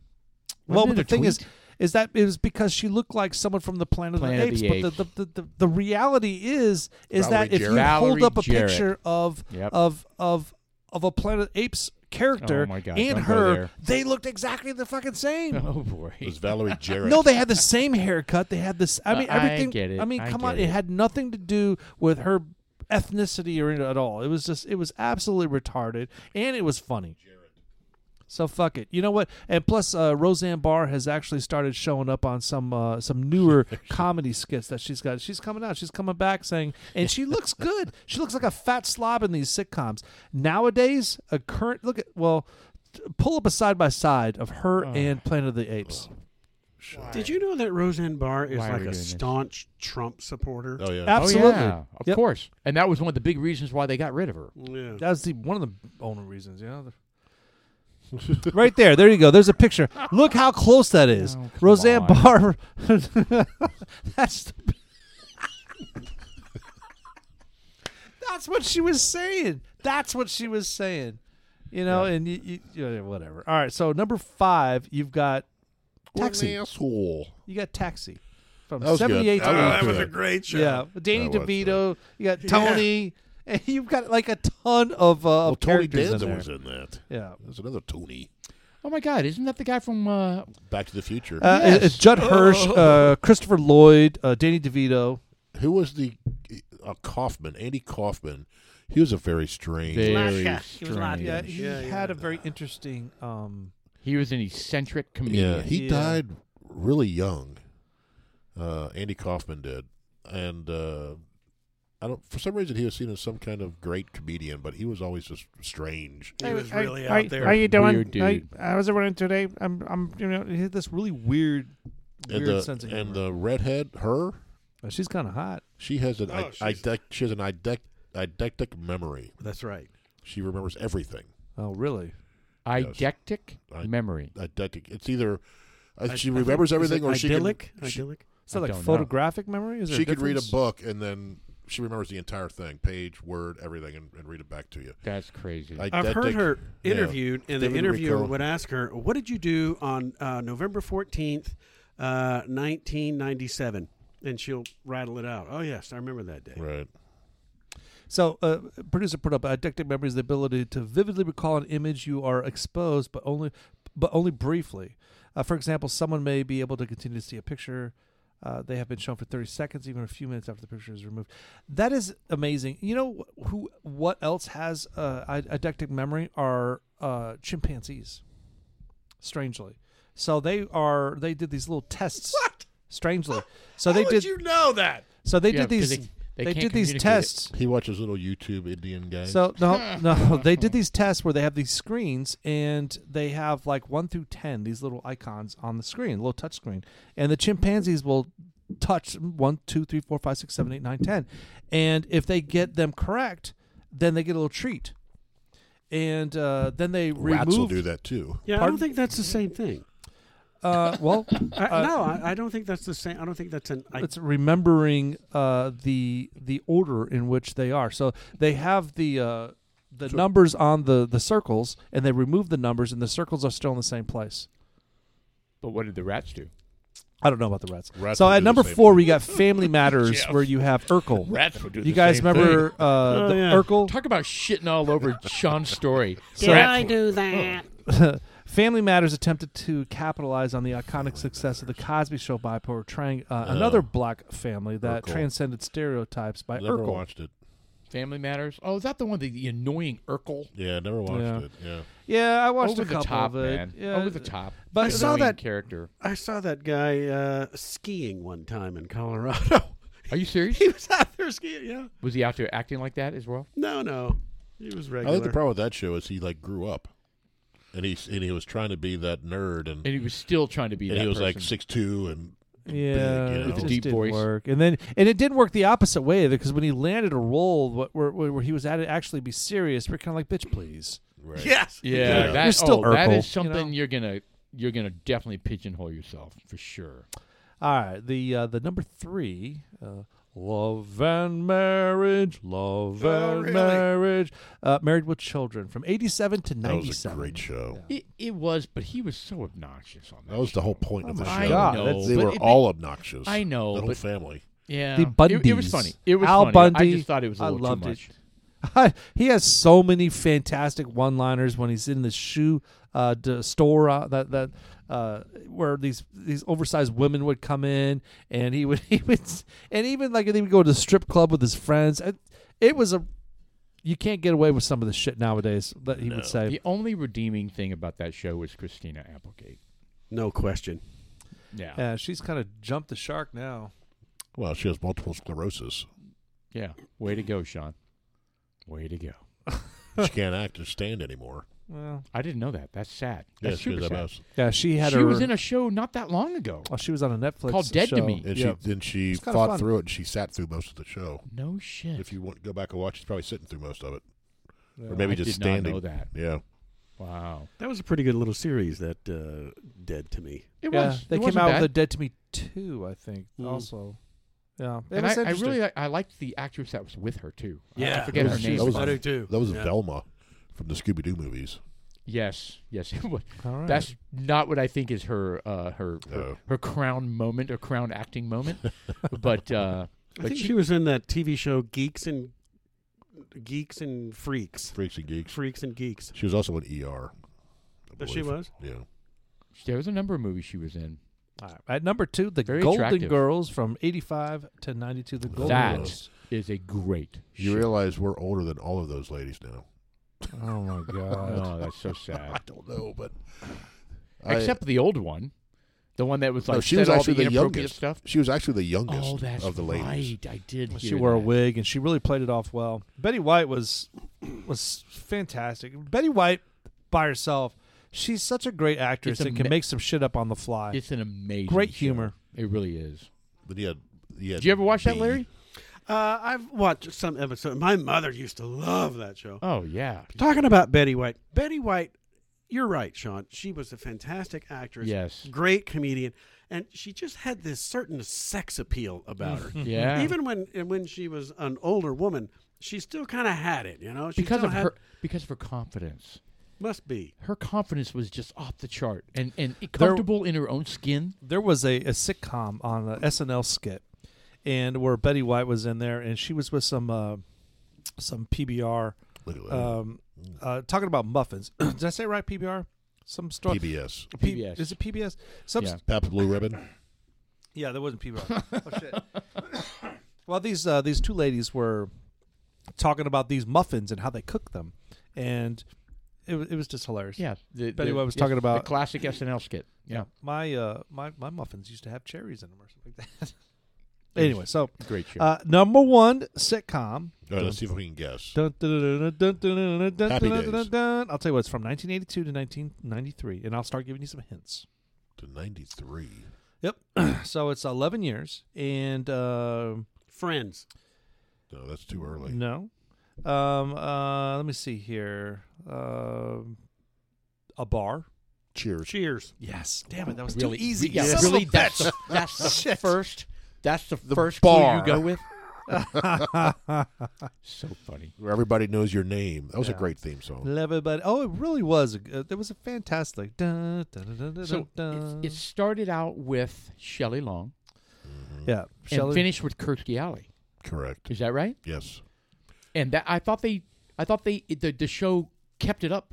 well,
Wasn't
but
it
the
a
thing is,
tweet?
is that it was because she looked like someone from the Planet,
Planet
of
of
the
the
Apes. But the, the, the, the reality is is
Valerie
that if you
Jarrett.
hold
Valerie
up a
Jarrett.
picture of
Yep.
of of of a Planet of the Apes character
Oh my God,
and
don't go
her,
there.
they looked exactly the fucking
[laughs]
same.
Oh boy.
It was Valerie Jarrett.
No, they had the same haircut. They had this. I
Uh,
mean,
I
everything.
get it.
I mean,
I
come on.
get
It.
it.
had nothing to do with her ethnicity or anything at all. It was just. It was absolutely retarded, and it was funny. So fuck it. You know what? And plus, uh, Roseanne Barr has actually started showing up on some uh, some
[laughs]
newer comedy skits that she's got. She's coming out. She's coming back saying, and
[laughs]
she looks good. She looks like a fat slob in these sitcoms nowadays. A current look at well, t- pull up a side by side of her
Oh.
and Planet of the Apes.
Did you know that Roseanne Barr is
Why are we
like
doing
a
this?
staunch Trump supporter?
Oh yeah.
Absolutely.
Oh, yeah, of
Yep.
course. And that was one of the big reasons why they got rid of her.
Yeah.
That was the, one of the only reasons, you know. [laughs] right there, there you go. There's a picture. Look how close that is.
Oh, come
Roseanne
on.
Barr. [laughs] that's the- that's what she was saying. That's what she was saying. You know, and you, you, you know, whatever. All right. So number five, you've got
What an
taxi.
asshole.
You got taxi from
That was good.
seventy eight to
That was
that was a
Good.
great show.
yeah, Danny
That was,
DeVito. You got Tony, and you've got like a ton of uh,
Well,
of
Oh, Tony
characters
Danza
in there.
was in that.
Yeah,
There's another Tony.
Oh my God! Isn't that the guy from? Uh,
Back to the Future.
uh,
Yes.
it's Judd Hirsch, uh, Christopher Lloyd, uh, Danny DeVito.
Who was the uh, Kaufman? Andy Kaufman. He was a very strange.
very
Yeah,
strange.
he
Yeah, yeah.
had a very interesting. Um,
He was an eccentric comedian.
yeah, he
Yeah.
died really young. Uh, Andy Kaufman did, and uh, I don't. For some reason, he was seen as some kind of great comedian, but he was always just strange.
He was really out there.
How you doing?
Weird dude.
I, I was running today. I'm, I'm, you know, he had this really weird, weird
and the
sense of
and
humor.
the redhead, her,
Uh, she's kind of hot.
she has an
Oh,
oh,
she's-
she has an idec- eidectic memory.
That's right.
She remembers everything.
Oh, really?
Eidectic
I-
memory.
Eidectic. It's either uh,
I-
she
I think-
remembers
is it
everything, or she can,
idyllic.
she-
idyllic.
Is that
I
like
don't know.
photographic memory? Is there
she could read a
difference?
book and then she remembers the entire thing, page, word, everything, and, and read it back to you.
That's crazy.
I've heard
Eidectic-
her
yeah.
interviewed, and the
David
interviewer
Rico.
would ask her, "What did you do on uh, November fourteenth, uh, nineteen ninety-seven?" And she'll rattle it out. Oh yes, I remember that day.
Right.
So, uh, producer put up eidetic memory is the ability to vividly recall an image you are exposed, but only, but only briefly. Uh, for example, someone may be able to continue to see a picture uh, they have been shown for 30 seconds, even a few minutes after the picture is removed. That is amazing. You know wh- who? What else has uh, eidetic memory? Are uh, chimpanzees? Strangely, so they are. They did these little tests. What? Strangely, so they did.
you know that?
so they
Yeah,
did these.
'cause
They,
they can't
did these
communicate it.
tests.
He watches little YouTube Indian guys.
So
[laughs]
no, no, they did these tests where they have these screens and they have like one through ten these little icons on the screen, little touch screen, and the chimpanzees will touch one, two, three, four, five, six, seven, eight, nine, ten, and if they get them correct, then they get a little treat, and uh, then they
rats will
remove.
do that too.
Yeah, I
Pardon?
don't think that's the same thing.
Uh,
[laughs]
well,
I,
Uh,
no, I, I don't think that's the same. I don't think that's an. I,
it's remembering uh, the the order in which they are. So they have the uh, the numbers on the the circles, and they remove the numbers, and the circles are still in the same place.
But what did the rats do?
I don't know about the rats.
Rats
so
will do
at
the
number
same
four, we
[laughs]
got Family Matters, where you have Urkel.
Rats would do.
you guys remember uh,
Oh,
the
yeah.
Urkel?
Talk about shitting all over Sean's
[laughs]
story.
Did
Rats
I
would-
do that?
Family Matters attempted to capitalize on the iconic success of the Cosby Show by portraying uh,
Oh.
another black family that
Urkel.
transcended stereotypes by
Never
Urkel.
watched it.
Family Matters. Oh, is that the one the, the annoying Urkel?
Yeah, never watched
Yeah.
it. Yeah.
Yeah, I watched
Over
a
the
couple
top,
of it.
man.
Yeah.
Over the top.
But I
Annoying
saw that-
character.
Oh, I saw that guy uh, skiing one time in Colorado. [laughs]
Are you
[laughs]
serious?
he was out there skiing. Yeah.
Was he out there acting like that as well?
No, no, he was
I
regular.
think the problem with that show is he like grew up, and he and he was trying to be that nerd, and,
And he was still trying to be.
and
that
he was like
person.
six two, and
Yeah,
you know. With
it
a
just
deep
didn't
voice.
work, and then and it didn't work the opposite way because when he landed a roll wh- where, where, where he was at it actually be serious, we're kind of like, bitch, please.
right.
Yes.
Yeah,
Yeah.
That,
You're still
oh, that
Urkel,
is
you know?
something you're gonna you're gonna definitely pigeonhole yourself for sure.
All right, the uh, the number three, uh, love and marriage, love
Oh,
and marriage, uh, married with children from eighty seven to
that
ninety
was a
seven.
great show.
It, it was, but he was so obnoxious on that.
That was the whole point of the
my
show.
God,
that's-
they
but
were
it-
all obnoxious.
I know,
the whole
but-
family.
Yeah,
The
It, it was
Bundys.
funny. It was
Al
funny.
Bundy.
I just thought it was a
I
little
loved
too
it.
much.
he has so many fantastic one liners when he's in the shoe uh, d- store uh, that that uh, where these these oversized women would come in and he [laughs] would he would and even like he would go to the strip club with his friends. It, it was a you can't get away with some of the shit nowadays that he would say.
The only redeeming thing about that show was Christina Applegate.
No question.
Yeah. Yeah.
Yeah, she's kind of jumped the shark now.
Well, she has multiple sclerosis.
Way to go, Sean. Way to go.
She can't act or stand anymore.
Well,
I didn't know that. That's sad.
Yeah,
That's
she was
super
a
sad.
mess.
yeah, she had
she
her.
was in a show not that long ago.
oh, she was on a Netflix
Called Dead to
show.
Me.
And
Yeah.
she then she
It's kinda
fought
fun.
through it. and She sat through most of the show.
No shit.
If you want to go back and watch, she's probably sitting through most of it,
Yeah.
or maybe
I
just
did
standing.
not know that.
Yeah,
Wow.
That was a pretty good little series that uh, Dead to Me.
It
Yeah,
was.
they
it
came
wasn't
out
bad.
with a Dead to Me two, I think.
Mm.
Also, yeah, it
and
was
I, I
interesting.
really I, I liked the actress that was with her too. I- I,
Yeah,
forget
that
her
was-
name.
that was-
I do too.
that was
yeah.
Velma from the Scooby Doo movies.
yes, yes, it was.
All right.
That's not what I think is her uh, her, her
No.
her crown moment or crown acting
[laughs]
moment, but uh,
I
but
think
she,
she was in that TV show Geeks and Geeks and Freaks.
Freaks and Geeks.
Freaks and Geeks.
She was also in ER. I
That she
believe.
was.
Yeah.
there was a number of movies she was in.
All right. At number two, the
Very
Golden
attractive.
Girls from '85 to '92. The Golden
That-
Girls.
Is a great.
You
show.
realize we're older than all of those ladies now.
Oh [laughs] my god.
Oh, that's so sad.
I don't know, but
Except the old one, the one that was
No,
like
she
said
was
all
actually
the
the
inappropriate
youngest.
stuff.
I, she was actually the youngest
Oh, that's
of the
right.
ladies.
I did.
she
hear
wore a
that.
wig, and she really played it off well. Betty White was was fantastic. Betty White by herself, she's such a great actress
It's a
and can
ma-
make some shit up on the fly.
It's an amazing.
great
show.
humor.
It really is.
But yeah, yeah.
Oh. Did you ever watch that,
B.
Larry?
Uh, I've watched some episodes. My mother used to love that show.
Oh yeah.
Talking about Betty White. Betty White, you're right, Sean. She was a fantastic
[laughs]
actress.
Yes.
Great comedian. And she just had this certain sex appeal about [laughs] her.
Yeah.
Even when and when she was an older woman, she still kind of had it, you know. She
because
still
of
had-
her because of her confidence.
must be.
Her confidence was just off the chart and and comfortable in her own skin.
there was a, a sitcom on a SNL skit, and where Betty White was in there, and she was with some uh, some PBR
Look at that.
um, uh, talking about muffins. [clears throat] Did I say it right? PBR, some
uh,
store.
PBS.
P-
PBS.
Is it PBS? Some
Yeah.
Pabst Blue Ribbon.
Yeah, there wasn't
[laughs]
PBR. oh shit. well, these uh, these two ladies were talking about these muffins and how they cook them, and it, wa- it was just hilarious.
Yeah. The,
Betty
the-
White was
yes,
talking about-
the classic SNL skit. Yeah.
My uh my, my muffins used to have cherries in them or something like that. [laughs]
was
anyway, so
Great show.
uh, number one sitcom.
All right, let's see if we can guess.
Dun, dun, dun, dun, dun, dun, dun, dun,
Happy
dun, dun,
Days.
dun. I'll tell you what, it's from 1982 to 1993, and I'll start giving you some hints.
To 93.
Yep. so it's 11 years, and uh,
Friends.
No, that's too early.
Mm.
no. Um, uh, let me see here. Um, a bar.
Cheers.
Cheers.
Yes. Damn it, that was
really
too easy.
Yeah,
Son of
really
a
that's
bitch.
the, that's the
Shit.
first that's the,
The
first
bar.
clue you go with. so funny.
Where everybody knows your name. That was
Yeah.
a great theme song.
[laughs] Love everybody. Oh, it really was. a good- It was a fantastic. Dun, dun, dun, dun, dun,
So
dun.
it, it started out with Shelley Long
yeah.
and
Shelley-
finished with Kirstie Alley.
Correct.
Is that right?
Yes.
And that I thought they I thought they the, the show kept it up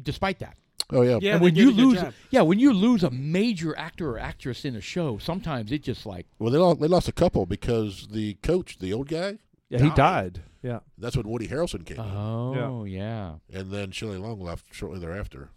despite that.
Oh yeah.
Yeah.
and
they
when
did
you
a good
lose,
job.
yeah, when you lose a major actor or actress in a show, sometimes it just like
Well, they lost, they lost a couple because the coach, the old guy,
yeah, he died. Yeah.
that's when Woody Harrelson came, in.
oh yeah,
and then Shelley Long left shortly thereafter.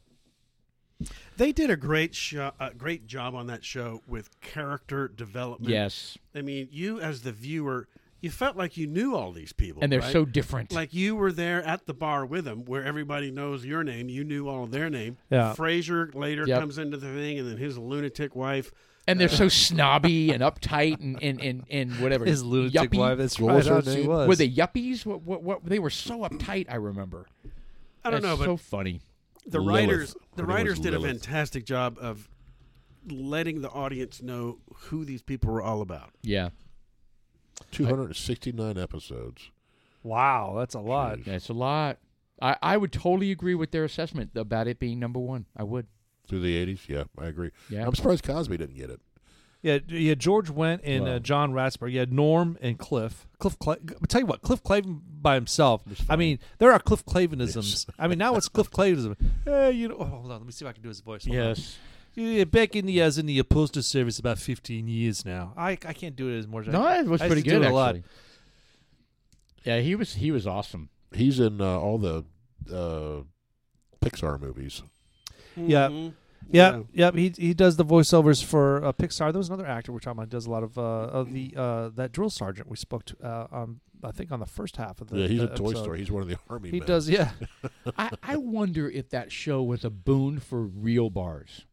They did a great show, a great job on that show with character development.
yes,
I mean, you as the viewer, you felt like you knew all these people,
and they're
right?
so different.
like you were there at the bar with them, where everybody knows your name. You knew all of their name.
Yeah.
Frasier later
Yep.
comes into the thing, and then his lunatic wife.
and
uh,
they're so snobby and uptight and and and, and whatever.
His lunatic
Yuppie-
wife. That's
What
right.
was her
oh, she
name?
was.
Were they yuppies? What, what what they were so uptight. I remember.
I don't know,
That's
but
so funny.
the
Lilith.
writers,
Her
the
name was
writers did a
Lilith.
fantastic job of letting the audience know who these people were all about.
Yeah,
Two hundred and sixty-nine episodes.
Wow, that's a lot.
that's a lot. I, I would totally agree with their assessment about it being number one. I would.
Through the eighties, yeah, I agree.
Yeah.
I'm surprised Cosby didn't get it.
Yeah, yeah. George went and uh,
Wow.
John Ratzberg. You had Norm and Cliff. Cliff. Cla- I'll tell you what, Cliff Clavin by himself. I mean, there are Cliff Clavinisms. I mean, now it's
[laughs]
Cliff Clavinism. Hey, you know. Oh, hold on. Let me see if I can do his voice. Hold on. Yeah, back in the as in the postal service about fifteen years now. I I can't do it as much. as I-
No, it was
I used
pretty
to do
good
it a lot.
actually. Yeah, he was he was awesome.
He's in uh, all the uh, Pixar movies.
Yeah.
Mhm.
Yeah, yep. He he does the voiceovers for uh, Pixar. There was another actor we're talking about. Does a lot of uh, of the uh, that drill sergeant we spoke to. Uh, um, I think on the first half of the.
yeah, he's
the
in Toy
episode.
Story. He's one of the army.
He
men.
does, yeah.
I, I wonder if that show was a boon for real bars,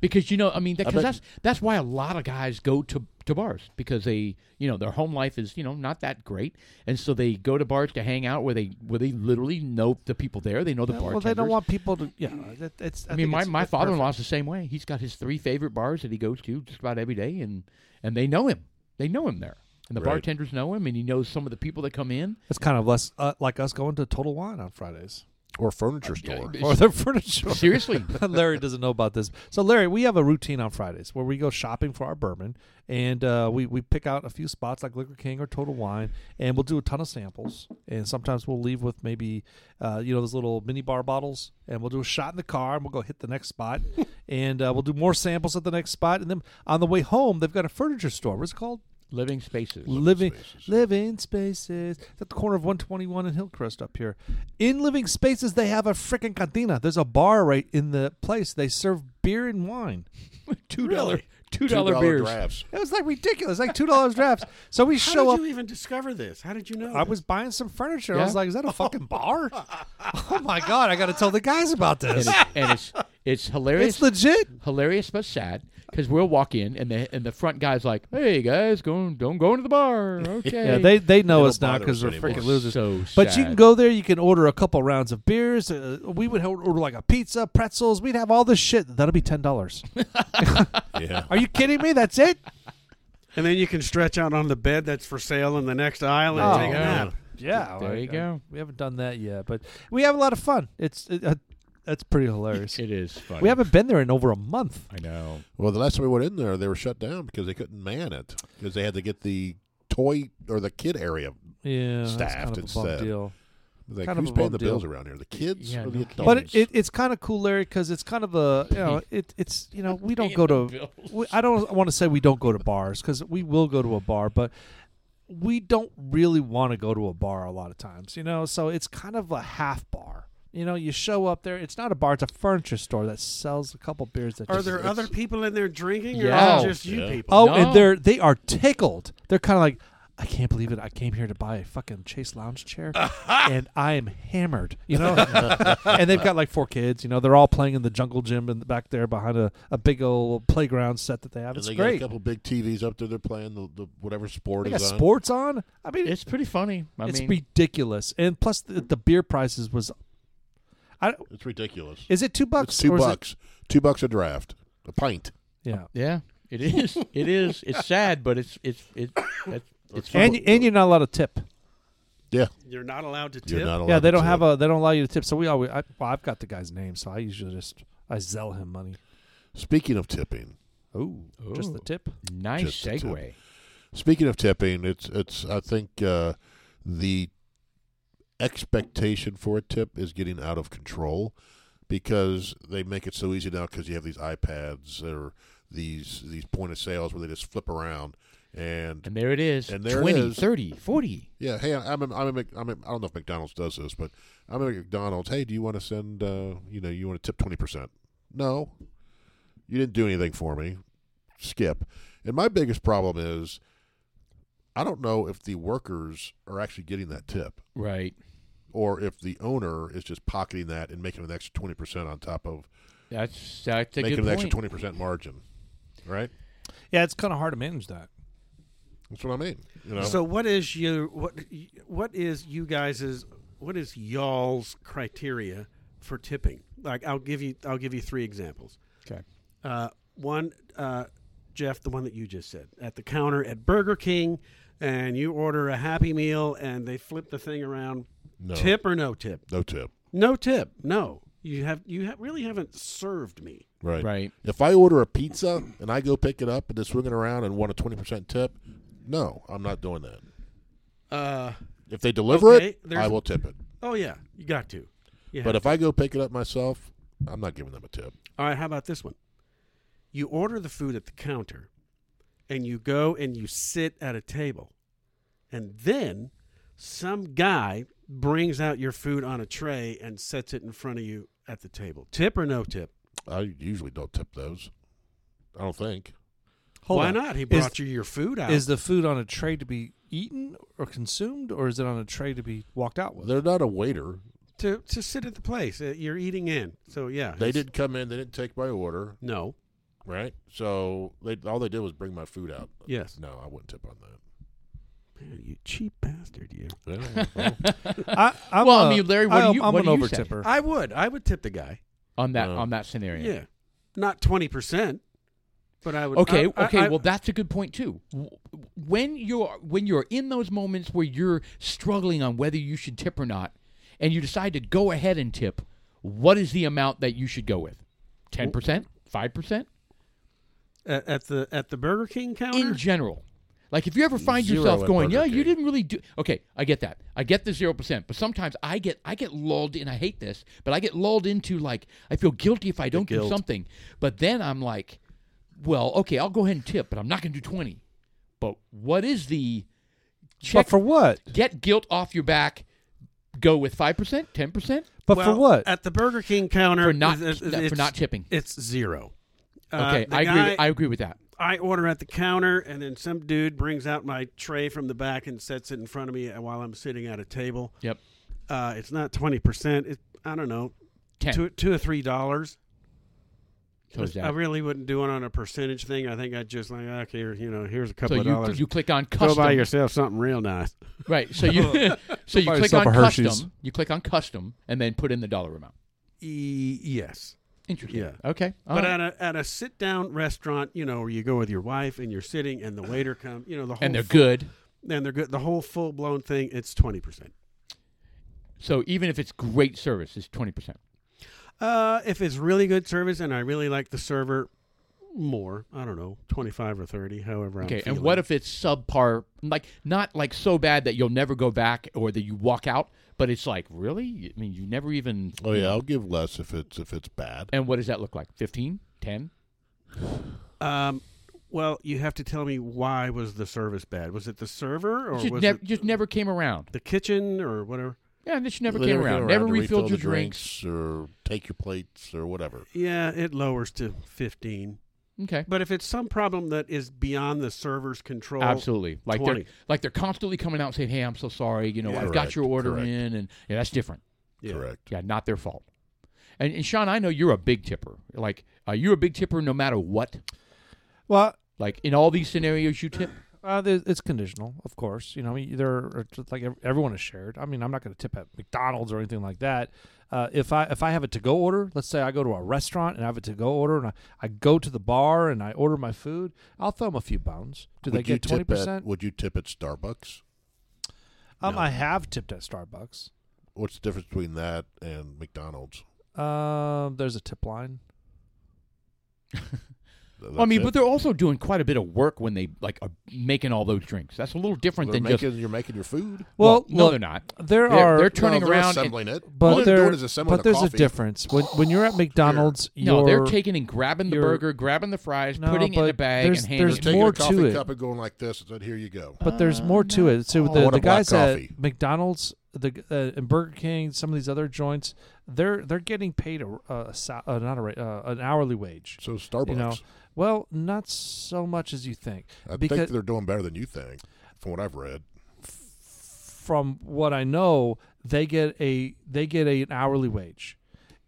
because you know, I mean,
I
because
bet-
that's that's why a lot of guys go to to bars because they, you know, their home life is you know not that great, and so they go to bars to hang out where they where they literally know the people there, they know the
Yeah,
bartenders.
Uh, well, they don't want people to. Yeah, that, it's. I,
I mean,
think
my,
it's-
my
it's
father in
perfect.
law's the same way. He's got his three favorite bars that he goes to just about every day, and and they know him. They know him there, and the
Right.
bartenders know him, and he knows some of the people that come
[laughs]
in.
It's kind of less uh, like us going to Total Wine on Fridays
or furniture store.
or their [laughs] furniture.
Seriously,
Larry doesn't know about this. So, Larry, we have a routine on Fridays where we go shopping for our bourbon, and uh, we we pick out a few spots like Liquor King or Total Wine, and we'll do a ton of samples. And sometimes we'll leave with maybe, uh, you know, those little mini bar bottles, and we'll do a shot in the car, and we'll go hit the next
[laughs]
spot, and uh, we'll do more samples at the next spot, and then on the way home they've got a furniture store. What's it called?
living spaces.
Living
Spaces.
Living Spaces. It's at the corner of 121 and Hillcrest up here. In Living Spaces, they have a freaking cantina. There's a bar right in the place. They serve beer and wine. [laughs]
two dollar two dollar
$2
beers.
drafts.
It was like ridiculous, like two dollars drafts. So [laughs] we
How
show
did
up.
you even discover this? How did you know?
I
this?
was buying some furniture. I
Yeah?
was like, "Is that a [laughs] fucking bar? oh my god! I got to tell the guys about
and,
this. [laughs]
it, and it's it's hilarious,
It's legit."
hilarious but sad because we'll walk in and the and the front guy's like, "Hey guys, go don't go into the bar." Okay,
[laughs] Yeah, they they know
They
us
don't
now
bother
because
us
we're freaking
anymore.
losers.
So
But you
sad.
can go there. You can order a couple rounds of beers. Uh, we would order like a pizza, pretzels. We'd have all this shit. That'll be ten dollars.
Yeah.
Are you kidding me? That's it?
and then you can stretch out on the bed that's for sale in the next aisle and
Oh,
take a
yeah.
nap.
[laughs] Yeah. uh,
There you
I-
go.
We haven't done that yet, but we have a lot of fun. It's it, uh, that's pretty [laughs] hilarious.
It is funny.
we haven't been there in over a month.
I know.
Well, the last time we went in there, they were shut down because they couldn't man it because they had to get the toy or the kid area.
Yeah, that's
Staffed
kind of a bum
instead.
deal.
Like,
Kind of
who's
a
paying
bum
the
deal.
bills around here? The kids
Yeah,
or the
no
adults?
kidding.
But it, it, it's kind of cool, Larry, because it's kind of a you [laughs] know it it's you know we don't go to we, I don't want to say we don't go to bars because we will go to a bar, but we don't really want to go to a bar a lot of times, you know. So it's kind of a half bar. You know, you show up there. It's not a bar; it's a furniture store that sells a couple beers. That
Are
just-
there other people in there drinking, or
Yeah.
is it just you
Yeah.
people?
Oh,
No.
and they're they are tickled. They're kind of like, I can't believe it. I came here to buy a fucking Chase
[laughs]
lounge chair, and I am hammered. You know, [laughs] and they've got like four kids. You know, they're all playing in the jungle gym in the back there behind a, a big old playground set that they have.
And
It's
they
great.
got a couple big TVs up there. They're playing the, the whatever sport
They
is
got
on.
sports on. I mean,
It's pretty funny. I
it's
mean,
ridiculous. And plus, the, the beer prices was, I
It's ridiculous.
is it two bucks?
It's two
or is it-
bucks. Two bucks a draft. A pint.
yeah.
yeah, it is. It is. It's sad, but it's it's it, it's, it's fun.
And and you're not allowed to tip.
Yeah.
You're not allowed to
You're
tip.
not allowed
Yeah, they don't
to
have a they don't allow you to tip. So we always I, well, I've got the guy's name, so I usually just I zell him money.
Speaking of tipping,
Oh, just the
Oh.
tip.
nice
Just a tip.
segue.
Speaking of tipping, it's it's I think uh, the expectation for a tip is getting out of control because they make it so easy now because you have these iPads or these these point of sales where they just flip around and
And there it is.
And there it
20,
is.
30, 40.
yeah hey I'm a, I'm a, Mc- I'm a, I don't know if McDonald's does this but I'm at McDonald's hey do you want to send uh, you know you want to tip twenty percent no you didn't do anything for me skip and my biggest problem is I don't know if the workers are actually getting that tip
Right.
or if the owner is just pocketing that and making an extra twenty percent on top of
That's that's a
making
good
an
point.
extra twenty percent margin, right?
Yeah, it's kind of hard to manage that.
That's what I mean. You know,
So what is your what what is you guys's what is y'all's criteria for tipping? Like I'll give you I'll give you three examples.
Okay.
Uh, one, uh, Jeff, the one that you just said at the counter at Burger King, and you order a Happy Meal, and they flip the thing around.
No.
Tip or no tip?
no tip,
No tip. No. You have you ha- really haven't served me.
right?
Right.
If I order a pizza and I go pick it up and just swing it around and want a twenty percent tip, no, I'm not doing that.
Uh,
If they deliver
Okay,
it,
there's-
I will tip it.
oh yeah, you got to. Yeah.
But if I go pick it up myself, I'm not giving them a tip.
All right, how about this one? You order the food at the counter and you go and you sit at a table. And then some guy brings out your food on a tray and sets it in front of you at the table. Tip or no tip?
I usually don't tip those. I don't think.
Hold
Why
on.
not? He
Is-
brought you your food out.
Is the food on a tray to be eaten or consumed, or is it on a tray to be walked out with?
They're not a waiter.
to to sit at the place. Uh, you're eating in. So yeah,
They
it's-
didn't come in. They didn't take my order,
No.
right? So they all they did was bring my food out.
Yes.
No, I wouldn't tip on that.
Man, you cheap bastard, you. [laughs]
Yeah, well,
I, I'm
Well, I
a-
mean, Larry, what do
I'm-
you-
I'm
what
an
do you
over
say?
tipper.
I would. I would tip the guy.
[laughs] on that
Uh.
No.
on that scenario.
Yeah. Not twenty percent, but I would.
Okay,
I- I-
okay,
I-
well that's a good point too. W- When you're when you're in those moments where you're struggling on whether you should tip or not and you decide to go ahead and tip, what is the amount that you should go with? 10%? 5%?
at, at the at the Burger King counter.
In general. Like if you ever find
Zero
yourself
at
going,
Burger
"Yeah,
King."
you didn't really do Okay, I get that. I get the 0%, but sometimes I get I get lulled and I hate this, but I get lulled into like I feel guilty if I don't do
guilt.
something. But then I'm like, well, okay, I'll go ahead and tip, but I'm not going to do 20. But what is the check
But for what?
get guilt off your back? Go with 5%, 10%?
But
Well,
for what?
At the Burger King counter
For not-
it's-
for not tipping.
It's zero. Uh,
Okay,
the
I agree
guy-
I agree with that.
I order at the counter, and then some dude brings out my tray from the back and sets it in front of me while I'm sitting at a table.
Yep.
Uh, it's not twenty percent. It's I don't know
10.
two two or three dollars.
so is
I
that.
really wouldn't do it on a percentage thing. I think I'd just like okay, here, you know, here's a
So
couple of
you,
dollars.
you click on
Go
custom.
buy yourself something real nice.
Right. So you [laughs] so you
Buy
click
yourself
on
a Hershey's.
custom. You click on custom and then put in the dollar amount.
E- yes,
Interesting.
Yeah.
Okay. All
but
right.
at a at a sit down restaurant, you know, where you go with your wife and you're sitting, and the waiter comes, you know, the whole
and they're
full-
good.
and they're good. The whole full blown thing, it's twenty percent.
So even if it's great service, it's twenty percent.
Uh, if it's really good service and I really like the server more, I don't know, twenty five or thirty, however. I'm
Okay. And
feeling.
what if it's subpar, like not like so bad that you'll never go back or that you walk out, but it's like really? I mean, you never even.
oh yeah, I'll give less if it's if it's bad.
And what does that look like? 15? 10?
Um, well, you have to tell me why was the service bad? Was it the server or
Just,
was
nev-
it
just never came around.
the kitchen or whatever?
Yeah, and just never
They
came around. Never
to
refilled
the
your drinks.
or take your plates or whatever.
Yeah, it lowers to fifteen.
Okay.
But if it's some problem that is beyond the server's control,
Absolutely. Like
20.
they're like they're constantly coming out and saying, "Hey, I'm so sorry. You know,
Yeah.
I've
Correct,
got your order
correct.
in," and yeah, that's different.
Yeah.
Correct.
Yeah, not their fault. And, and Sean, I know you're a big tipper. Like, are you a big tipper no matter what?
well,
Like in all these scenarios, you tip.
uh, there- it's conditional, of course. You know, I mean, there are just like ev- everyone is shared. I mean, I'm not going to tip at McDonald's or anything like that. Uh, if I if I have a to go order, let's say I go to a restaurant and I have a to go order, and I, I go to the bar and I order my food, I'll throw them a few bones. Do
would
they
you
get twenty
tip at,
percent?
Would you tip at Starbucks?
Um,
No.
I have tipped at Starbucks.
What's the difference between that and McDonald's?
Um, there's a tip line.
Th-
Well, I mean,
that's
but
it?
they're also doing quite a bit of work when they like are making all those drinks. That's a little different
They're
than
making,
just.
you're making your food.
Well,
Well,
no,
look,
they're not.
There
They're-
are
they're turning
No, they're
around. and-
assembling it.
But
All they're
there-
doing is assembling
but there's
coffee.
a difference when when you're at McDonald's. You're,
no, they're taking and grabbing the
you're-
burger, grabbing the fries,
No,
putting it in a
but
bag,
there's-
and handing
there's
They're
it.
taking
more
a coffee
to it.
cup and going like this, and then here you go.
but there's more to it. So
I
the,
want a
the guys
black
at
coffee.
McDonald's, the uh, and Burger King, some of these other joints, they're they're getting paid a, a, sa- uh, not a rate, uh, an hourly wage.
So Starbucks.
You know, well, not so much as you think,
I think
because
they're doing better than you think, from what I've read.
from what I know, they get a they get a, an hourly wage,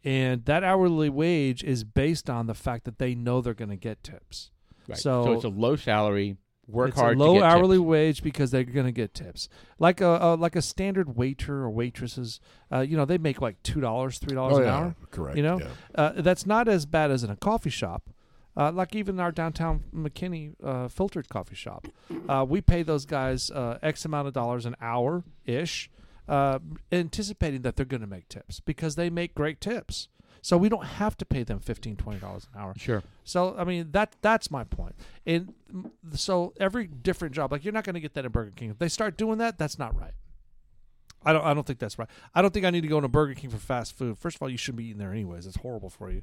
and that hourly wage is based on the fact that they know they're going to get tips.
Right.
So-
it's a low salary, work
it's
hard,
a low
to get
hourly
tips.
wage because they're going to get tips. Like a, a like a standard waiter or waitresses, uh, you know, they make like two dollars, three dollars
Oh,
an
yeah,
hour.
correct,
You know,
yeah.
uh, that's not as bad as in a coffee shop. Uh, like even our downtown McKinney uh, filtered coffee shop, uh, we pay those guys uh, x amount of dollars an hour ish, uh, anticipating that they're going to make tips because they make great tips. So we don't have to pay them $15, $20 an hour.
Sure.
So I mean that that's my point. And mm, so every different job, like you're not going to get that at Burger King. If they start doing that, that's not right. I don't. I don't think that's right. I don't think I need to go into Burger King for fast food. First of all, you shouldn't be eating there anyways. It's horrible for [laughs] you.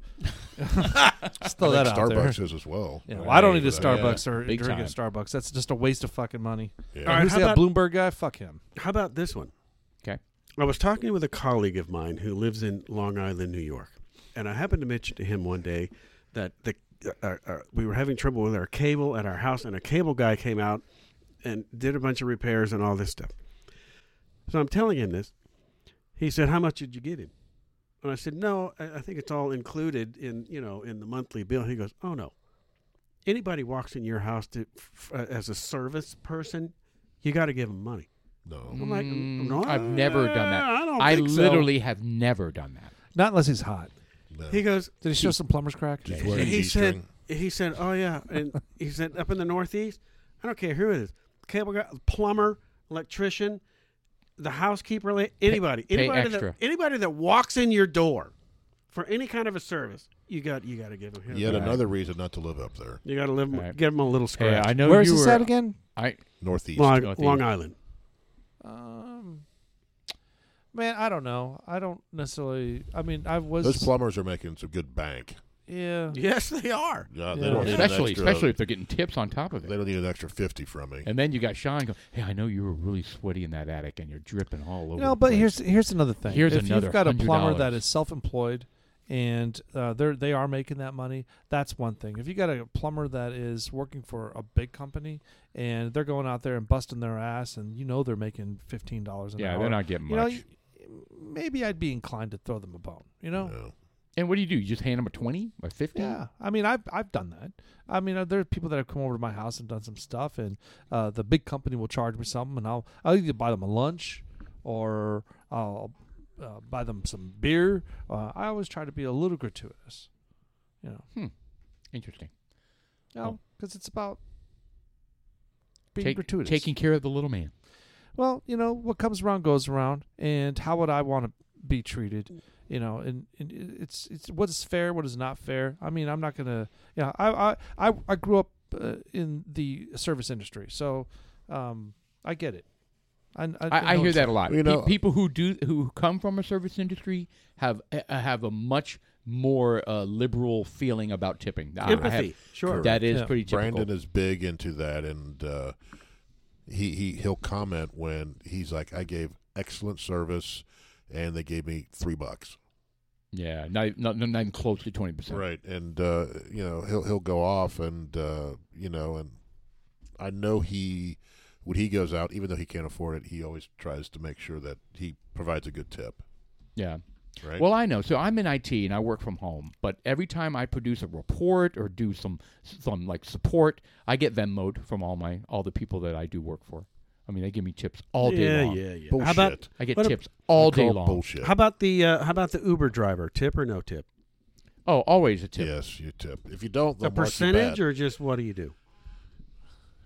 Just throw
I
that
think
out there.
Starbucks is as well.
Yeah, well, I don't need a
Right.
Starbucks or
Big
drink at
time.
Starbucks. That's just a waste of fucking money.
Yeah.
All right,
Who's
how
that
about-
Bloomberg guy? Fuck him.
How about this one?
Okay.
I was talking with a colleague of mine who lives in Long Island, New York, and I happened to mention to him one day that the uh, uh, we were having trouble with our cable at our house, and a cable guy came out and did a bunch of repairs and all this stuff. So I'm telling him this. He said, "How much did you get him?" And I said, "No, I, I think it's all included in you know in the monthly bill." He goes, "Oh no, anybody walks in your house to f- uh, as a service person, you got to give them money."
No.
I'm like,
Mm,
"No,
I've never done that.
I don't.
I
think so."
literally have never done that.
Not unless he's hot.
no.
He goes.
Did he show some plumber's crack?
Just wearing
[laughs]
he
a
said.
G-string.
He said, "Oh yeah," and he said, "Up in the Northeast, I don't care who it is, cable guy, plumber, electrician, the housekeeper, la- anybody,
pay
anybody
extra.
that anybody that walks in your door for any kind of a service, you got you got to give them.
Yet
Right.
another reason not to live up there,
You got to live,
Right.
give them a little
Hey,
scratch.
I know
Where is
you
this
were.
at again?
I
northeast.
Long,
Northeast.
Long Island. [laughs]
Um, man, I don't know. I don't necessarily. I mean, I was.
Those plumbers are making some good bank.
yeah.
Yes, they are.
Yeah,
Yeah.
they don't need an
especially
extra-
especially if they're getting tips on top of
they
it.
don't need an extra fifty from me.
And then you got Sean going, "Hey, I know you were really sweaty in that attic, and you're dripping all over."
No,
the
but
place."
here's here's another thing.
Here's
if
another
you've got a plumber
$100.
that is self-employed and uh, they're they are making that money, that's one thing. If you got a plumber that is working for a big company and they're going out there and busting their ass, and you know they're making fifteen dollars an
yeah,
hour,
they're not getting
you
much.
know, you- maybe I'd be inclined to throw them a bone. You know,
No.
and what do you do? You just hand them a twenty, a fifty?
Yeah, I mean, I've I've done that. I mean, uh, there are people that have come over to my house and done some stuff, and uh, the big company will charge me something, and I'll I'll either buy them a lunch or I'll uh, buy them some beer. Uh, I always try to be a little gratuitous, you know,
Interesting.
because it's about being
Oh. Take-
gratuitous.
Taking care of the little man.
well, you know, what comes around goes around, and how would I want to be treated? You know, and, and it- it's it's what is fair, what is not fair. I mean, I'm not gonna. Yeah, I I I, I grew up uh, in the service industry, so um, I get it. I I, know
I, I hear
it's-
that a lot.
You
Pe-
know-
people who do who come from a service industry have uh, have a much more uh, liberal feeling about tipping. I- I have-
Empathy, sure.
that is
Yeah.
pretty typical.
Brandon is big into that, and uh, he he he'll comment when he's like, "I gave excellent service, and they gave me three bucks."
yeah, not, not, not even close to twenty percent.
Right, and uh, you know he'll he'll go off, and uh, you know, and I know he when he goes out, even though he can't afford it, he always tries to make sure that he provides a good tip.
Yeah.
Right.
Well, I know. So I'm in IT and I work from home, but every time I produce a report or do some some like support, I get Venmoed from all my all the people that I do work for. I mean, they give me tips all day
yeah,
long.
yeah, yeah.
bullshit.
How about
I get
What a-
tips all
I
day
call
long.
Bullshit.
how about the uh, how about the Uber driver? Tip or no tip?
Oh, always a tip.
Yes, you tip. If you don't, they'll
A
mark you
percentage
bad.
or just what do you do?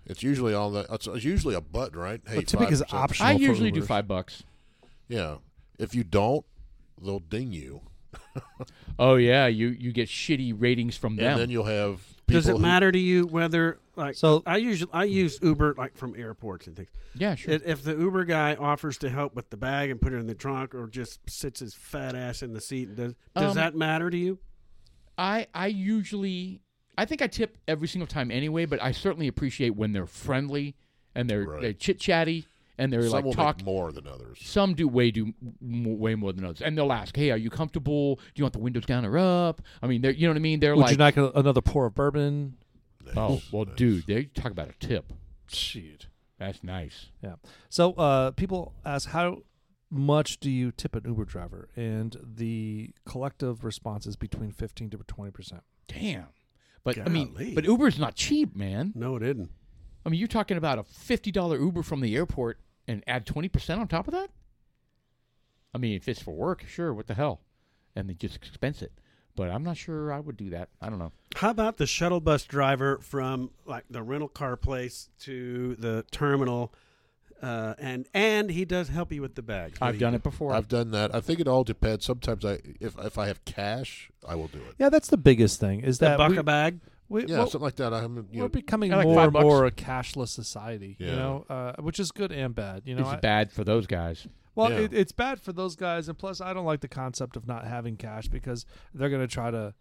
It's usually on the. It's, it's usually a button, right? Hey,
Well, tipping is
5%.
optional.
I
for
usually do
Ubers.
five bucks.
Yeah. If you don't, they'll ding you,
Oh yeah, you you get shitty ratings from them.
and then you'll have. People
Does it
who-
matter to you whether like
So-
so? I usually I use Uber like from airports and things.
yeah, sure.
If if the Uber guy offers to help with the bag and put it in the trunk, or just sits his fat ass in the seat, does does
Um,
that matter to you?
I I usually I think I tip every single time anyway, but I certainly appreciate when they're friendly and they're
Right.
they're chit chatty and they're
Some will make
like talk.
more than others.
Some do way do m- way more than others, and they'll ask, "Hey, are you comfortable? Do you want the windows down or up?" I mean, they're you know what I mean. They're
Would you
like,
knock a- another pour of bourbon?
"Oh, well, dude, they talk about a tip.
Shit.
That's nice."
Yeah. So uh, people ask how much do you tip an Uber driver, and the collective response is between fifteen to twenty percent.
Damn. But I mean,
Golly.
but Uber's not cheap, man.
No, it isn't.
I mean, you're talking about a fifty dollar Uber from the airport and add twenty percent on top of that. I mean, if it's for work, sure, what the hell, and they just expense it. But I'm not sure I would do that. I don't know.
How about the shuttle bus driver from like the rental car place to the terminal, uh, and and he does help you with the bags.
I've done it before.
I've done that. I think it all depends. Sometimes I, if if I have cash, I will do it.
Yeah, that's the biggest thing. Is
The
that
buck
we,
a bag.
we,
Yeah,
well,
something like that. I'm, you
we're
know,
becoming
I like
more
five
and
bucks.
more a cashless society. You
Yeah.
know, uh, which is good and bad. You know,
this
I-
is bad for those guys.
well,
Yeah.
it, it's bad for those guys, and plus, I don't like the concept of not having cash because they're going to try to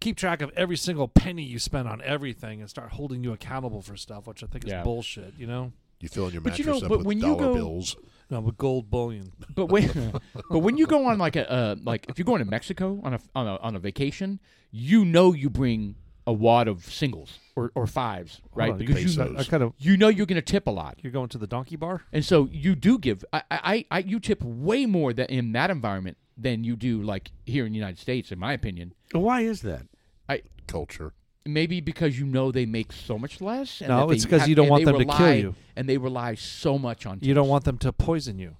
keep track of every single penny you spend on everything and start holding you accountable for stuff, which I think is
Yeah.
bullshit. You know,
You fill in your
But
mattress
you know,
up
but
with
when you
dollar
go-
bills.
No, with gold bullion.
But when, [laughs] but when you go on like a uh, like if you're going to Mexico on a on a on a vacation, you know you bring a wad of singles or, or fives, right?
on, Oh, you
because you
pesos.
I kind of
you know you're going to tip a lot,
you're going to the donkey bar.
and so you do give. I, I, I you tip way more that in that environment than you do like here in the United States, in my opinion.
Why is that?
I
Culture.
maybe because you know they make so much less. And
No,
that they
it's 'cause
have-
you don't
and
want
they
them to kill
rely-
you.
and they rely so much on.
You don't want them to poison you.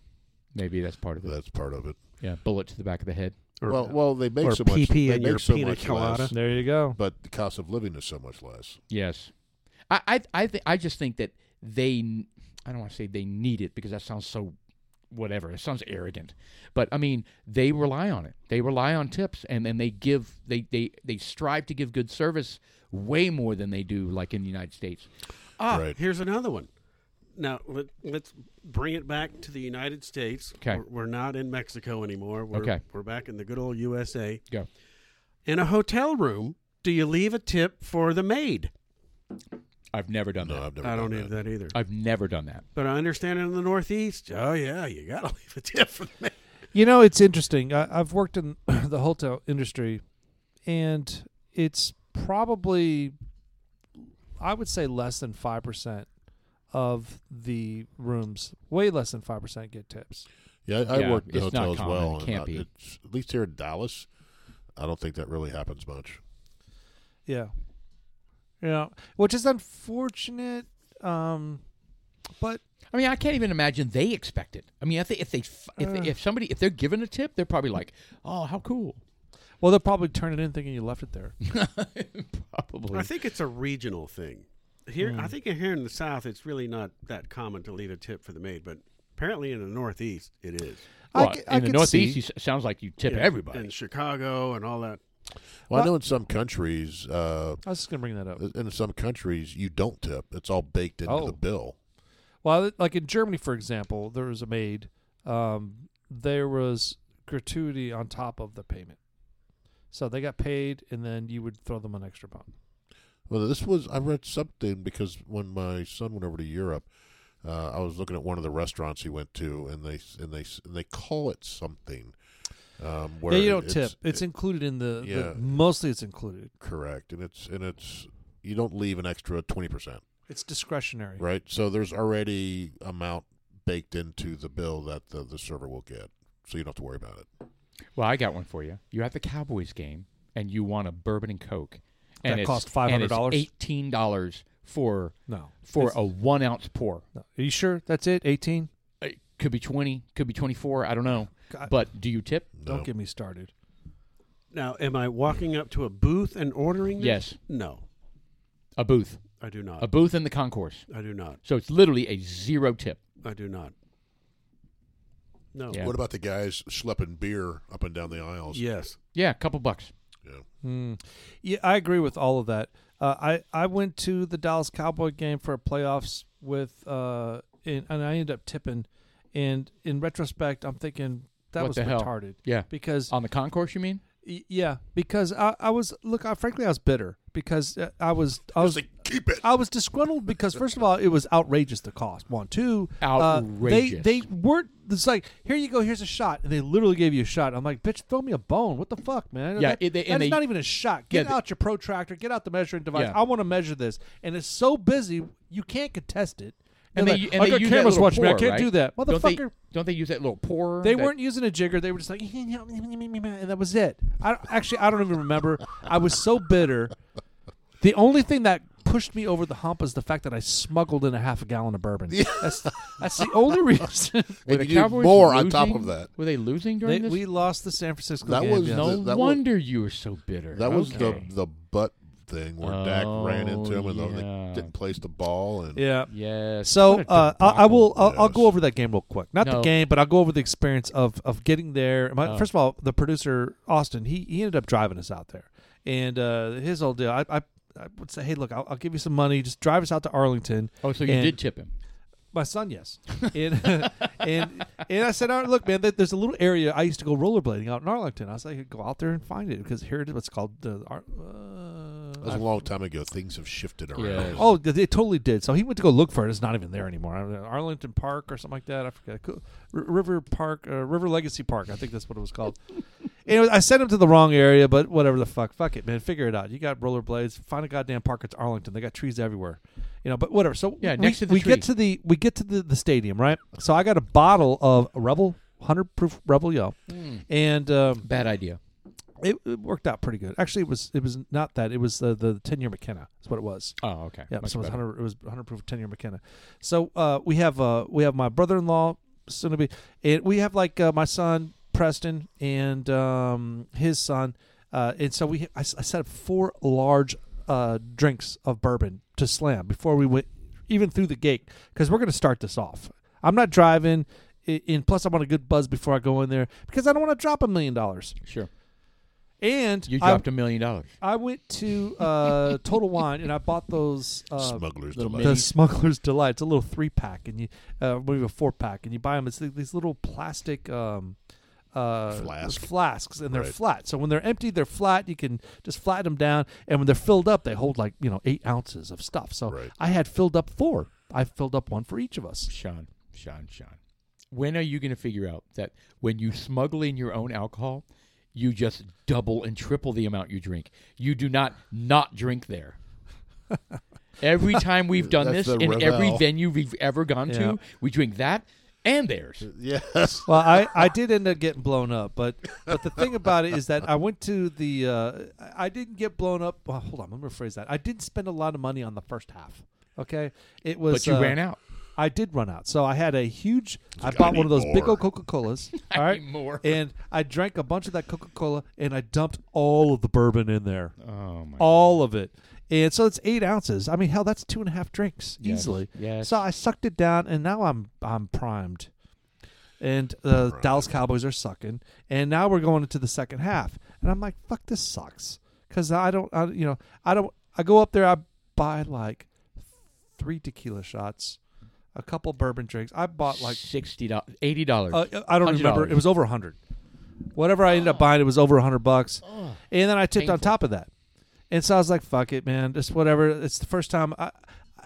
Maybe that's part of it.
That's part of it.
Yeah, bullet to the back of the head.
Or-
well, well, they make
or
so much.
PP
they
in
make
your
so
pina
much
colada.
less,
There you go.
but the cost of living is so much less.
Yes, I I I, th- I just think that they I don't want to say they need it because that sounds so whatever it sounds arrogant but i mean they rely on it they rely on tips and then they give they they they strive to give good service way more than they do like in the united states
Ah,
Right.
here's another one. Now let, let's bring it back to the United States.
Okay.
We're, we're not in Mexico anymore. We're,
Okay.
We're back in the good old USA.
go
In a hotel room, do you leave a tip for the maid?
i've never done
No,
that Uh,
I've never.
I
done
don't have that either.
i've never done that
But I understand it in the Northeast. Oh yeah, you gotta [laughs] leave a tip for the maid.
You know, it's interesting. I, I've worked in [clears throat] the hotel industry, and it's probably, I would say, less than 5% of the rooms, way less than 5% get tips.
Yeah, I, I
Yeah,
worked in the
it's not
hotel as
common.
well.
It
and
can't
I-
be.
it's- at least here in Dallas, I don't think that really happens much.
Yeah. You know, which is unfortunate. Um, but
I mean, I can't even imagine they expect it. I mean, if they, if they, f if,
Uh.
if somebody, if they're given a tip, they're probably like, "Oh, how cool!" [laughs]
well, they'll probably turn it in thinking you left it there.
probably.
I think it's a regional thing. Here,
Mm.
I think here in the South, it's really not that common to leave a tip for the maid, but apparently in the Northeast, it is.
Well,
I c-
in
I
the
could
Northeast,
see-
you s- sounds like you tip
Yeah,
everybody.
in Chicago and all that.
Well, I
Well-
know in some countries, uh,
I was just going to bring that up.
in some countries, you don't tip. It's all baked into
Oh.
the bill.
Well, like in Germany, for example, there was a maid. Um, there was gratuity on top of the payment, so they got paid, and then you would throw them an extra pound.
Well, this was I read something because when my son went over to Europe, uh, I was looking at one of the restaurants he went to, and they and they and they call it something. Um, where
yeah, you don't
it's,
tip. It's included in the,
Yeah.
the- Mostly, it's included.
correct, and it's and it's you don't leave an extra twenty percent,
It's discretionary.
right? So there's already amount baked into the bill that the, the server will get, so you don't have to worry about it.
Well, I got one for you. You're at the Cowboys game and you want a bourbon and coke, and
That
it's-
cost
and it's
$500?
eighteen dollars for
No.
for
It's-
a one ounce pour.
no. Are you sure that's it? Eighteen.
It could be twenty, could be twenty four. I don't know.
God.
But do you tip?
No.
Don't get me started.
Now, am I walking up to a booth and ordering? This?
Yes,
No,
a booth,
I do not.
a booth in the concourse.
I do not.
So it's literally a zero tip.
I do not. No.
Yeah.
What about the guys schlepping beer up and down the aisles?
Yes.
Yeah, a couple bucks.
Yeah.
Hmm. Yeah, I agree with all of that. Uh, I I went to the Dallas Cowboy game for playoffs with, uh, and, and I ended up tipping. And in retrospect, I'm thinking that
What
was
the hell? Oh.
retarded
Yeah,
because
on the concourse, you mean?
y- yeah, because I, I was look, I frankly I was bitter because uh, I was
Just
I was.
like keep it.
I was disgruntled because, first of all, it was outrageous the cost. One, two, uh,
Outrageous.
they they weren't. It's like here you go, here's a shot, and they literally gave you a shot. I'm like, bitch, throw me a bone. What the fuck, man?
Yeah,
That-
it- they- and
that is
they-
not even a shot.
Yeah,
Get
they-
out your protractor. Get out the measuring device.
Yeah.
I want to measure this, and it's so busy you can't contest it.
And
They're
they-
like,
and
"I
they
got
use that
cameras
little
watching me. I
pour,
can't
right?
do that,
Don't they,
motherfucker.
don't they use that little pourer?
They
that-
weren't using a jigger. They were just like, [laughs] and that was it. I don't- actually I don't even remember. I was so bitter. The only thing that pushed me over the hump is the fact that I smuggled in a half a gallon of bourbon. That's, that's the
[laughs]
only reason.
Were
And
the
you do
Cowboys
more on top
losing?
of that.
Were they losing during
They,
this?
we lost the San Francisco
That
game.
was
yeah.
the-
no
that was-
wonder you were so bitter.
That was
Okay.
the the butt thing where Dak ran into him and
Oh,
the-
yeah.
they didn't place the ball and
yeah.
Yes.
So
What a
uh, I, I will. I'll, I'll
Yes.
go over that game real quick. Not the
No.
game, but I'll go over the experience of of getting there. My,
Oh.
First of all, the producer Austin, he he ended up driving us out there, and uh, his whole deal. I, I I would say, hey, look, I'll, I'll give you some money. Just drive us out to Arlington.
Oh, so you
and-
did tip him.
My son, yes,
[laughs]
and and [laughs] and I said, all right, look, man, there- there's a little area I used to go rollerblading out in Arlington. I was like, go out there and find it because here it is. It's called the Ar- uh,
That was a long time ago. Things have shifted around.
Yeah.
Oh, th- they totally did. So he went to go look for it. It's not even there anymore. I don't know, Arlington Park or something like that. I forget. Co- R- River Park, uh, River Legacy Park. I think that's what it was
[laughs]
called. anyway, I sent him to the wrong area, but whatever the fuck. Fuck it, man. Figure it out. You got rollerblades. Find a goddamn park. It's Arlington. They got trees everywhere. You know, but whatever. So
Yeah,
we,
next to the
we
tree.
get to the we get to the, the stadium, right? So I got a bottle of Rebel hundred proof Rebel Yo, and um,
Hmm. Bad idea.
it, it worked out pretty good. Actually, it was it was not that. It was the the ten year McKenna. Is what it was.
Oh, okay.
Yeah,
Much
so it was
better.
hundred. It was hundred proof ten year McKenna. So uh, we have uh, we have my brother in law soon to be, and we have like uh, my son Preston and um, his son, uh, and so we I, s- I set up four large uh, drinks of bourbon to slam before we went even through the gate because we're going to start this off. I'm not driving, a- and plus I want a good buzz before I go in there because I don't want to drop a million dollars.
Sure.
And
You
I,
dropped a million dollars.
I went to uh, Total Wine and I
[laughs]
bought those uh,
Smugglers
little
delight.
the
Minis.
Smuggler's Delight. It's a little three pack, and you uh, maybe a four pack, and you buy them. It's like these little plastic um, uh,
Flask.
flasks, and they're
Right.
flat. So when they're empty, they're flat. You can just flatten them down, and when they're filled up, they hold like you know eight ounces of stuff. So
Right.
I had filled up four. I filled up one for each of us.
Sean, Sean, Sean. When are you going to figure out that when you smuggle in your own alcohol, you just double and triple the amount you drink? You do not not drink there. Every time
[laughs]
we've done
That's
this,
the
in every
Revel.
venue we've ever gone
Yeah.
to, we drink that and theirs.
[laughs] Yes. [laughs]
Well, I, I did end up getting blown up, but but the thing about it is that I went to the uh, I I didn't get blown up. Well, hold on, let me rephrase that. I didn't spend a lot of money on the first half. Okay, it was.
But you
uh,
ran out.
I did run out, so I had a huge. I bought one of those big
more.
old Coca Colas.
[laughs]
All
I
right,
need more.
and I drank a bunch of that Coca Cola, and I dumped all of the bourbon in there,
Oh my!
all of it. And so it's eight ounces. I mean, hell, that's two and a half drinks
Yes,
easily.
yes.
So I sucked it down, and now I'm I'm primed. And the Dallas Cowboys are sucking, and now we're going into the second half, and I'm like, "Fuck, this sucks," because I don't, I, you know, I don't. I go up there, I buy like three tequila shots, a couple bourbon drinks. I bought like
sixty dollars, eighty dollars.
uh, I don't remember.
$100.
It was over a hundred. Whatever I ended up buying, it was over a hundred bucks. and then I tipped on
painful.
top of that. And so I was like, "Fuck it, man. Just whatever." It's the first time I,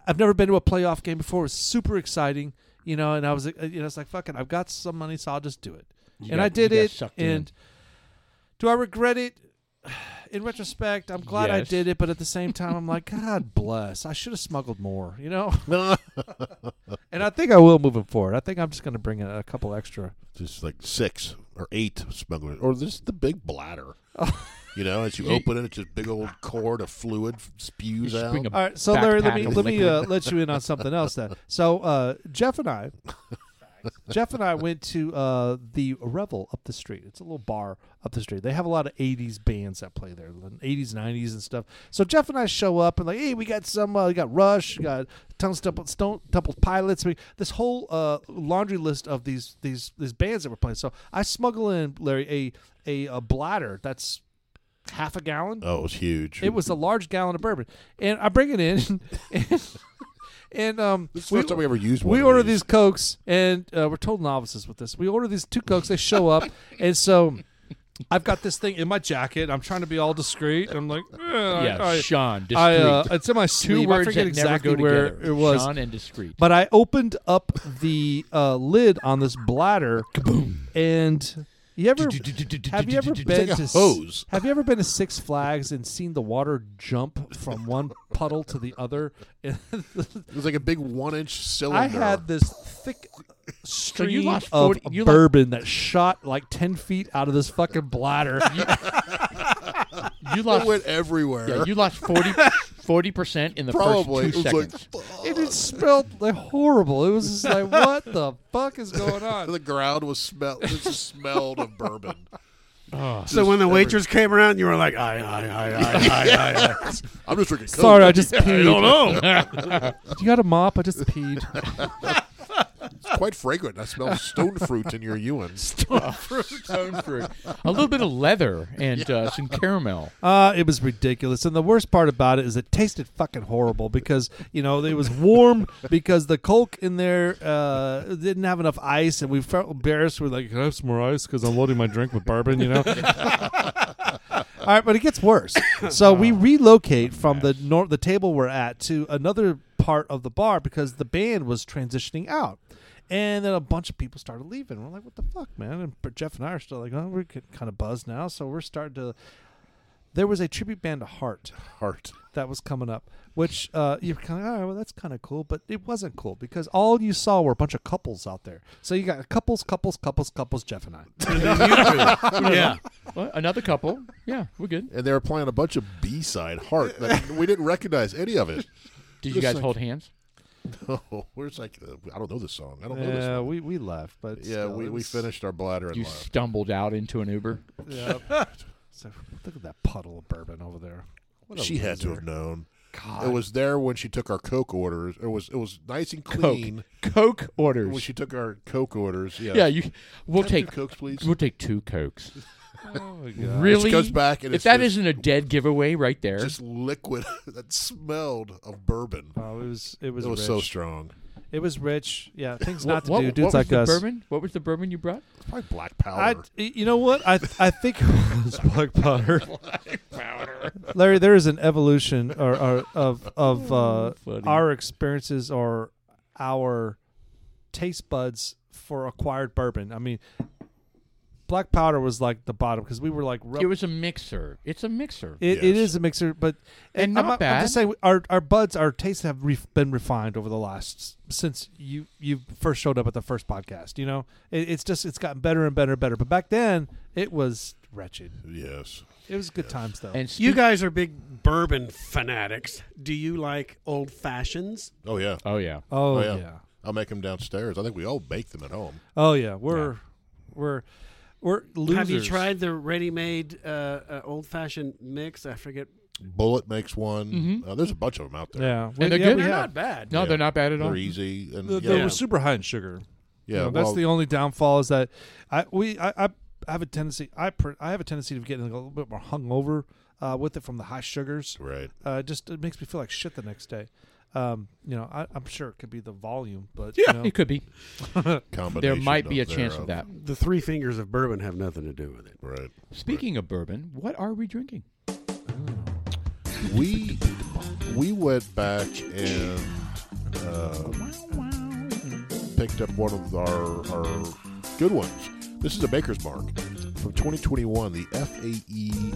I've never been to a playoff game before. It was super exciting, you know. And I was, uh, you know, it's like, "Fuck it, I've got some money, so I'll just do it." and
got-
I did
you got
it.
sucked in.
And do I regret it? [sighs] In retrospect, I'm glad I
Yes.
did it, but at the same time, I'm
[laughs]
like, God bless. I should have smuggled more, you know. [laughs] and I think I will moving forward. I think I'm just going to bring in a couple extra.
Just like six or eight smugglers, or just the big bladder. [laughs] you know, as Oh. you
You-
open it, it's just big old cord of fluid f- spews
just
out.
bring a-
All right, so Larry, let me
backpack of
let me uh,
liquid.
let you in on something
[laughs]
else then. So uh, Jeff and I, Jeff and I went to uh, the Revel up the street. It's a little bar up the street. They have a lot of '80s bands that play there, '80s, '90s, and stuff. So Jeff and I show up and like, hey, we got some, uh, we got Rush, we got Tons Temple, Stone Temple Pilots. I mean, this whole uh, laundry list of these these these bands that were playing. So I smuggle in Larry a a, a bladder that's half a gallon.
oh, it was huge.
It was a large gallon of bourbon, and I bring it in, [laughs] and, and um,
This is the first time we ever used one.
we
of
order these cokes, and uh, we're told novices with this. We order these two cokes, they show up, and so I've got this thing in my jacket. I'm trying to be all discreet. I'm like, eh, I-
yeah,
I,
Sean, discreet.
I, uh, it's in my
Two
sleeve. I
words
forget
that
exactly
never go
where
together.
it was.
Sean and discreet.
But I opened up the uh, lid on this bladder, and you ever have you ever been
like a
to s-
hose.
Have you ever been to Six Flags and seen the water jump from one puddle to the other?
It was like a big one-inch cylinder.
I
[laughs]
had this thick stream
lost
of
40 you lost-
bourbon that shot like ten feet out of this fucking bladder.
You
It
lost
went everywhere.
Yeah, [laughs] you lost 40 percent in
[laughs]
the
Probably.
first two
it was
seconds.
like,
it had smelled like horrible. It was just like, what the fuck is going on?
[laughs] the ground was smell. This is smelled of [laughs]
[laughs]
bourbon.
Oh. So when the waitress came around, you were like, I, I, I, I, I, I, I.
I'm just drinking. Coke.
Sorry, I just peed. [laughs]
know.
You got a mop? I just peed.
[laughs] quite fragrant. I
[laughs]
smell stone fruit in your ewan.
Stone fruit. A little bit of leather and uh, some caramel.
Uh, it was ridiculous. And the worst part about it is it tasted fucking horrible because, you know, it was warm because the Coke in there uh, didn't have enough ice. And we felt embarrassed. We're like, can I have some more ice? Because I'm loading my drink with bourbon, you know? [laughs] All right, but it gets worse. So we relocate from the nor- the table we're at to another part of the bar because the band was transitioning out. And then a bunch of people started leaving. We're like, what the fuck, man? And but Jeff and I are still like, oh, we're getting kind of buzzed now. So we're starting to. There was a tribute band to Heart
Heart.
that was coming up, which uh, you're kind of, all right, well, that's kind of cool, but it wasn't cool because all you saw were a bunch of couples out there. So you got couples, couples, couples, couples, Jeff and I.
[laughs] yeah.
Well, another couple. Yeah, we're good.
And they were playing a bunch of B side Heart.
[laughs]
That we didn't recognize any of it.
Did you
Just
guys
like-
hold hands?
Oh, [laughs] where's like uh, I don't know this song. I don't know this.
[laughs] Yeah,
Song.
we, we left, but
Yeah,
still,
we,
it
we
was-
finished our bladder and
You
left.
stumbled out into an Uber.
[laughs] Yeah. [laughs] so look at that puddle of bourbon over there. What a
She had to
loser.
have known.
God.
It was there when she took our Coke orders. It was it was nice and
Coke.
clean
Coke
when
orders.
she took our Coke orders. Yeah,
Yeah, you. We'll
Can I have
take.
two Cokes, please.
We'll take two cokes.
Oh
[laughs]
my God.
Really?
Which goes back and
if
it's
that
just,
isn't a dead giveaway right there.
just liquid [laughs] that smelled of bourbon.
Oh, it was it was,
it was
rich.
so strong.
It was rich. Yeah, things
What-
not to
what,
do.
what
Dudes
was
like
the
us.
bourbon? What was the bourbon you brought?
It's probably black powder.
I,
[laughs]
you know what? I I think it [laughs] was black powder. Larry, there is an evolution or, or of
[laughs]
of uh,
Oh, funny.
our experiences or our taste buds for acquired bourbon. I mean, black powder was like the bottom because we were like rub-
It was a mixer. It's a mixer.
It, it
Yes.
is a mixer, but
And
I'm
not
I'm just
bad.
saying our our buds, our tastes have re- been refined over the last since you you first showed up at the first podcast. You know, it, it's just it's gotten better and better and better. But back then, it was wretched.
yes.
It was good times though.
and
You
speak-
guys are big bourbon fanatics. Do you like old fashions?
Oh yeah.
Oh yeah.
oh, yeah.
I'll make them downstairs. I think we all bake them at home.
oh yeah, we're we're we're losers.
Have you tried the ready-made uh, uh, old-fashioned mix? I forget.
Bullet makes one. Uh, there's a bunch of them out there.
Yeah, we,
they're
yeah,
good?
we
They're
have.
Not bad.
No,
Yeah.
they're not bad at all.
They're easy and
The-
yeah,
They
yeah.
were super high in sugar. You know, that's
well,
the only downfall is that I we I, I have a tendency I per, I have a tendency of getting a little bit more hungover uh, with it from the high sugars.
right.
Uh, it just it makes me feel like shit the next day. Um, you know, I, I'm sure it could be the volume, but you
Yeah,
know,
it could be. There
Combination
might be a
of
chance of
thereof.
that.
The three fingers of bourbon have nothing to do with it.
Right.
Speaking of bourbon, what are we drinking?
We we went back and uh, picked up one of our our good ones. This is a Baker's Mark from 2021, the E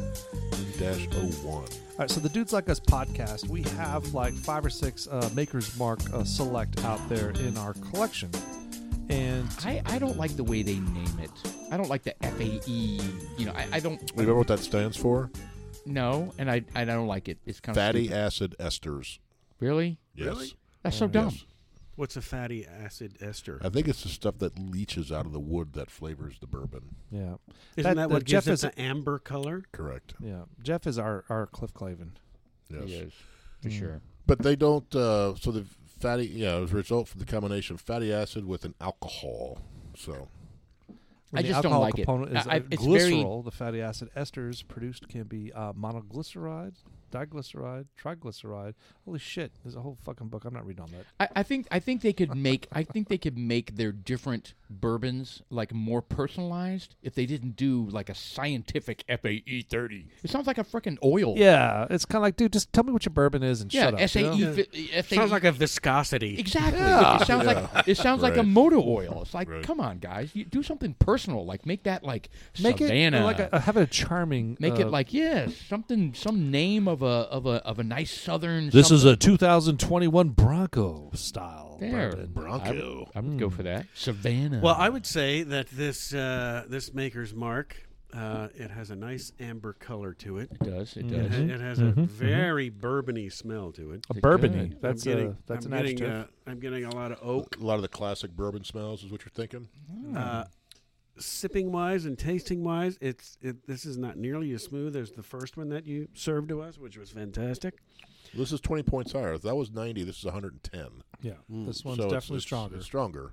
FAE 01.
All right, so the Dudes Like Us podcast, we have like five or six uh, Maker's Mark uh, Select out there in our collection, and
I, I don't like the way they name it. I don't like the FAE. You know, I, I don't
Remember what that stands for?
know, and I, I don't like it. It's kind of
Fatty acid esters.
Really?
Yes.
That's so dumb.
Mm, Yes.
What's a fatty acid ester?
I think it's the stuff that leaches out of the wood that flavors the bourbon.
yeah,
Isn't that,
that
what
Jeff
gives it
is-
the amber color?
Correct.
yeah. Jeff is our our Cliff Clavin.
Yes.
It is, for sure.
But they don't. Uh, so the fatty, yeah, it was a result from the combination of fatty acid with an alcohol. So
When
I
the
just don't
alcohol
like it.
component is
I- I-
uh,
it's very-
glycerol, the fatty acid esters produced can be uh, monoglyceride, diglyceride, triglyceride. Holy shit! There's a whole fucking book. I'm not reading all that.
I, I think I think they could make I think they could make their different bourbons like more personalized if they didn't do like a scientific FAE thirty. It sounds like a freaking oil.
Yeah, it's kind of like, dude, just tell me what your bourbon is and
yeah. E
shut up.
SAE.
you know?
fi- FAE
Sounds like a viscosity.
exactly.
Yeah.
It sounds like it sounds like a
Right.
motor oil. It's like
Right.
come on guys, you do something personal. Like make that like
Make
Savannah.
it like a, have a charming.
make it
uh,
like yes, something some name of a of a of a nice southern.
this is
something.
a 2021 Bronco style
there
bourbon.
Bronco.
I would go for that Savannah.
Well, I would say that this uh, this maker's mark, uh, it has a nice amber color to it.
it does.
Mm-hmm.
It does.
It, ha- it has a very bourbony smell to it.
A
It
bourbony.
could.
That's
I'm getting,
a that's
I'm
an
getting,
adjective.
uh, I'm getting a lot of oak.
a lot of the classic bourbon smells is what you're thinking.
Hmm.
Uh, sipping wise and tasting wise, it's it, this is not nearly as smooth as the first one that you served to us, which was fantastic.
This is 20 points higher. If that was 90, this is 110.
yeah, this one's
So it's-
definitely
it's-
stronger.
It's stronger.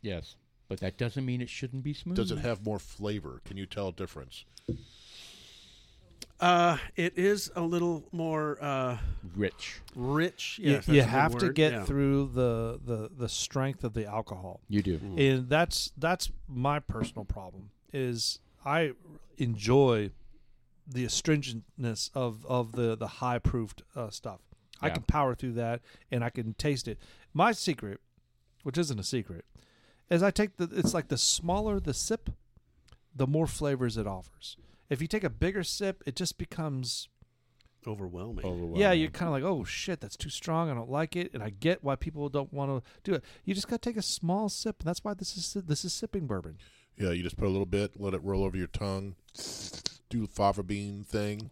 Yes, but that doesn't mean it shouldn't be smooth.
Does it have more flavor? Can you tell a difference?
Uh, it is a little more uh,
rich?
rich.
You-
Yes,
you,
that's a good
have to
word,
get
yeah.
through the, the the strength of the alcohol.
You do.
Hmm.
and that's that's my personal problem is i enjoy the astringentness of of the the high proofed uh, stuff i
Yeah.
can power through that and i can taste it my secret which isn't a secret is i take the it's like the smaller the sip the more flavors it offers if you take a bigger sip it just becomes
overwhelming.
Overwhelming.
yeah, you're kind of like, oh shit, that's too strong. I don't like it, and I get why people don't want to do it. You just gotta take a small sip, and that's why this is this is sipping bourbon.
Yeah, you just put a little bit, let it roll over your tongue, do the fava bean thing,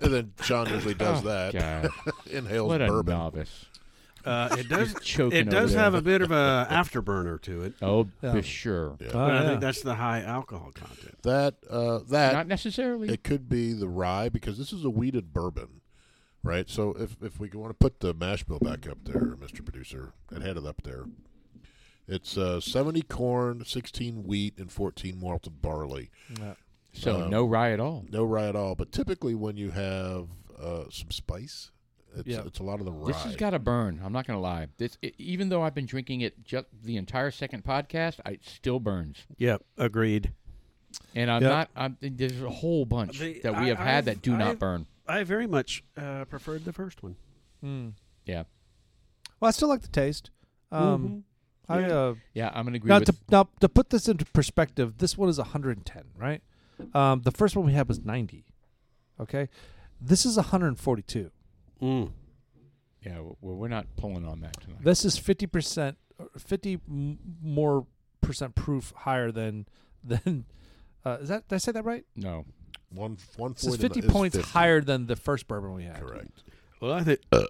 and then John usually does
[laughs]
that.
Oh, God,
[laughs] Inhales
what a
bourbon.
novice.
Uh, it does.
He's choking
It does
over
have
there.
a bit of a afterburner to it,
Oh,
Yeah.
for sure.
Yeah.
but I think that's the high alcohol content.
That uh, that
Not necessarily.
It could be the rye because this is a weeded bourbon, right? So if if we want to put the mash bill back up there, Mister Producer, and head it up there, it's uh, seventy corn, sixteen wheat, and fourteen malted barley.
so
uh,
no rye at all.
No rye at all. But typically, when you have uh, some spice, it's,
Yeah.
it's a lot of the rye.
This has got to burn. I'm not going to lie. This, it, even though I've been drinking it just the entire second podcast, I, it still burns.
Yep, agreed.
And I'm
Yeah.
not. I'm, there's a whole bunch
The-
that we
I-
have had
I've-
that do not
I've-
burn.
I very much uh, preferred the first one.
Hmm.
Yeah,
Well, I still like the taste. Um, I
Yeah.
uh,
yeah. I'm going to agree
now
with.
to now to put this into perspective, this one is 110, right? Um, the first one we had was 90. Okay, this is 142.
Mm.
yeah, well, we're not pulling on that tonight.
This is 50 percent, 50 m- more percent proof higher than [laughs] than. Uh, is that did I say that right?
no,
one one
This is
point.
50
is
points
50.
higher than the first bourbon we had.
Correct.
Well, I think I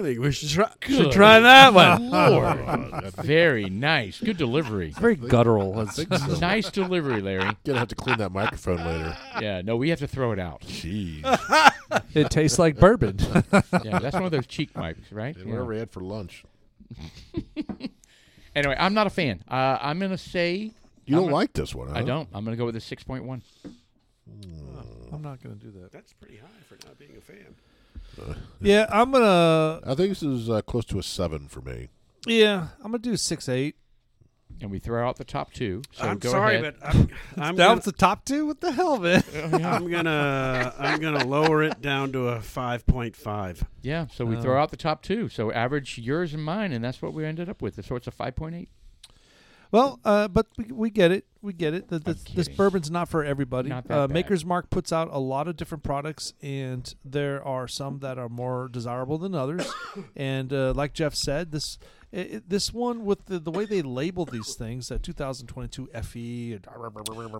think we should try,
Good
should try
[laughs]
that one.
Lord,
Uh, I think
very nice. Good delivery.
Very guttural.
I think so.
nice delivery, Larry.
Gonna have to clean that microphone later.
Yeah, no, we have to throw it out.
Jeez,
it tastes like bourbon.
Yeah, that's one of those cheek wipes, right?
And
Yeah.
whatever we had for lunch.
Anyway, I'm not a fan. Uh, I'm going to say
You
I'm
don't
a-
like this one, huh?
I don't. I'm going to go with a 6.1.
I'm not going to do that.
That's pretty high for not being a fan.
Yeah, I'm going to
I think this is uh, close to a seven for me.
Yeah, I'm going to do 6 8.
And we throw out the top two. So
I'm
go
sorry,
ahead. [laughs]
but I'm, I'm
That
gonna,
was the top 2 what the hell, man?
I'm gonna I'm gonna lower it down to a five point five.
Yeah, so we
uh,
throw out the top two. So average yours and mine, and that's what we ended up with. So it's a 5.8.
well, uh, but we, we get it. We get it. That
I'm
this, this
kidding.
bourbon's not for everybody.
Not that
uh,
bad.
Maker's Mark puts out a lot of different products, and there are some that are more desirable
[coughs]
than others. and uh, like Jeff said, this it, it- this one with the, the way they label these things, that 2022 FE E and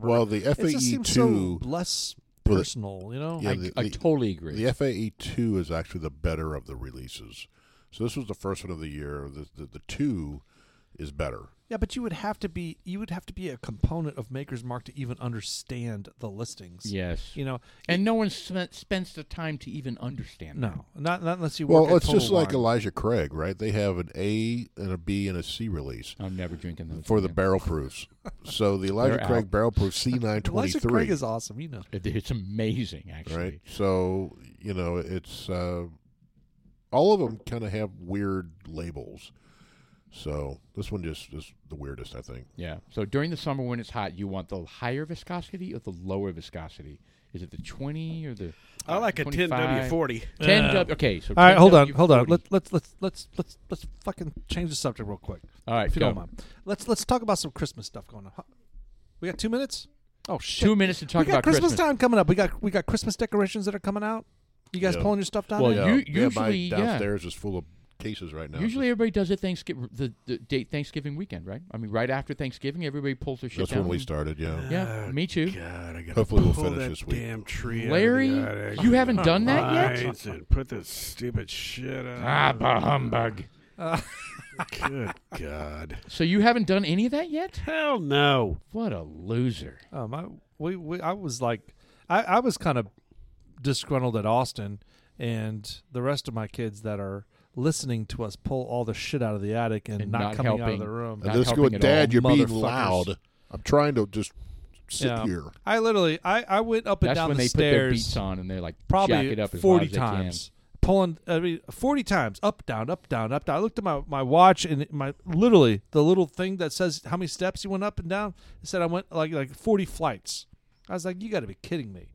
Well, the
It just
FAE
seems
two,
so less
Well, it-
personal, you know.
Yeah,
I,
the-
I
the-
totally agree.
the FAE two is actually the better of the releases. So this was the first one of the year. The the, the two is better.
Yeah, but you would have to be you would have to be a component of Maker's Mark to even understand the listings.
yes.
you know.
and no one sp- spends the time to even understand. that.
No, not not unless you.
Well,
work at
it's just
Total
like
Wine.
Elijah Craig, right? They have an A and a B and a C release
I'm never drinking those.
for the
again.
[laughs]
barrel proofs. So the Elijah
They're
Craig
out.
barrel proof C nine twenty
Elijah Craig
three,
is awesome, you know.
It- It's amazing, actually.
right? So you know it's uh, all of them kind of have weird labels. So this one just is the weirdest, I think.
Yeah. So during the summer when it's hot, you want the higher viscosity or the lower viscosity? Is it the 20 or the
I like a ten W
25?
forty.
10 W. Okay. So
All right, hold on,
10W40.
hold on. Let let's let's let's let's let's fucking change the subject real quick.
All right,
if you
go.
don't mind. Let's let's talk about some Christmas stuff going on. Huh? We got two minutes. Oh shit!
Two minutes to talk
we got
about
Christmas, time coming up. We got we got Christmas decorations that are coming out. You guys
Yeah.
pulling your stuff down?
Well,
there?
you-
yeah, my
usually, yeah.
downstairs is full of cases right now.
Usually everybody does it Thanksgiving the, the date Thanksgiving weekend, right? I mean, right after Thanksgiving, everybody pulls their shit
that's
down.
when we started. Yeah,
Yeah, me too.
God, I gotta
Hopefully we'll
pull
finish
that
this week.
Damn tree, out of
Larry,
the attic
you
and
haven't done that yet?
lights And put this stupid shit
Ah,
out. Uh,
bah humbug.
[laughs] Good God!
So you haven't done any of that yet?
Hell no!
What a loser!
Um, I we, we I was like, I, I was kind of disgruntled at Austin and the rest of my kids that are listening to us pull all the shit out of the attic and,
And
not,
not
coming out of
helping.
the room.
Not
and this
helping
going,
at
Dad,
all,
you're being
motherfuckers."
loud. I'm trying to just sit
Yeah.
Oh,
here.
I literally, I, I went up and
That's
down
when
the
they put their
stairs
beats on and they're like jack
probably
it up as loud
40
as they can.
times. Pulling, I mean, 40 times up, down, up, down, up, down. I looked at my, my watch and my literally the little thing that says how many steps you went up and down. It said I went like like 40 flights. I was like, you got to be kidding me.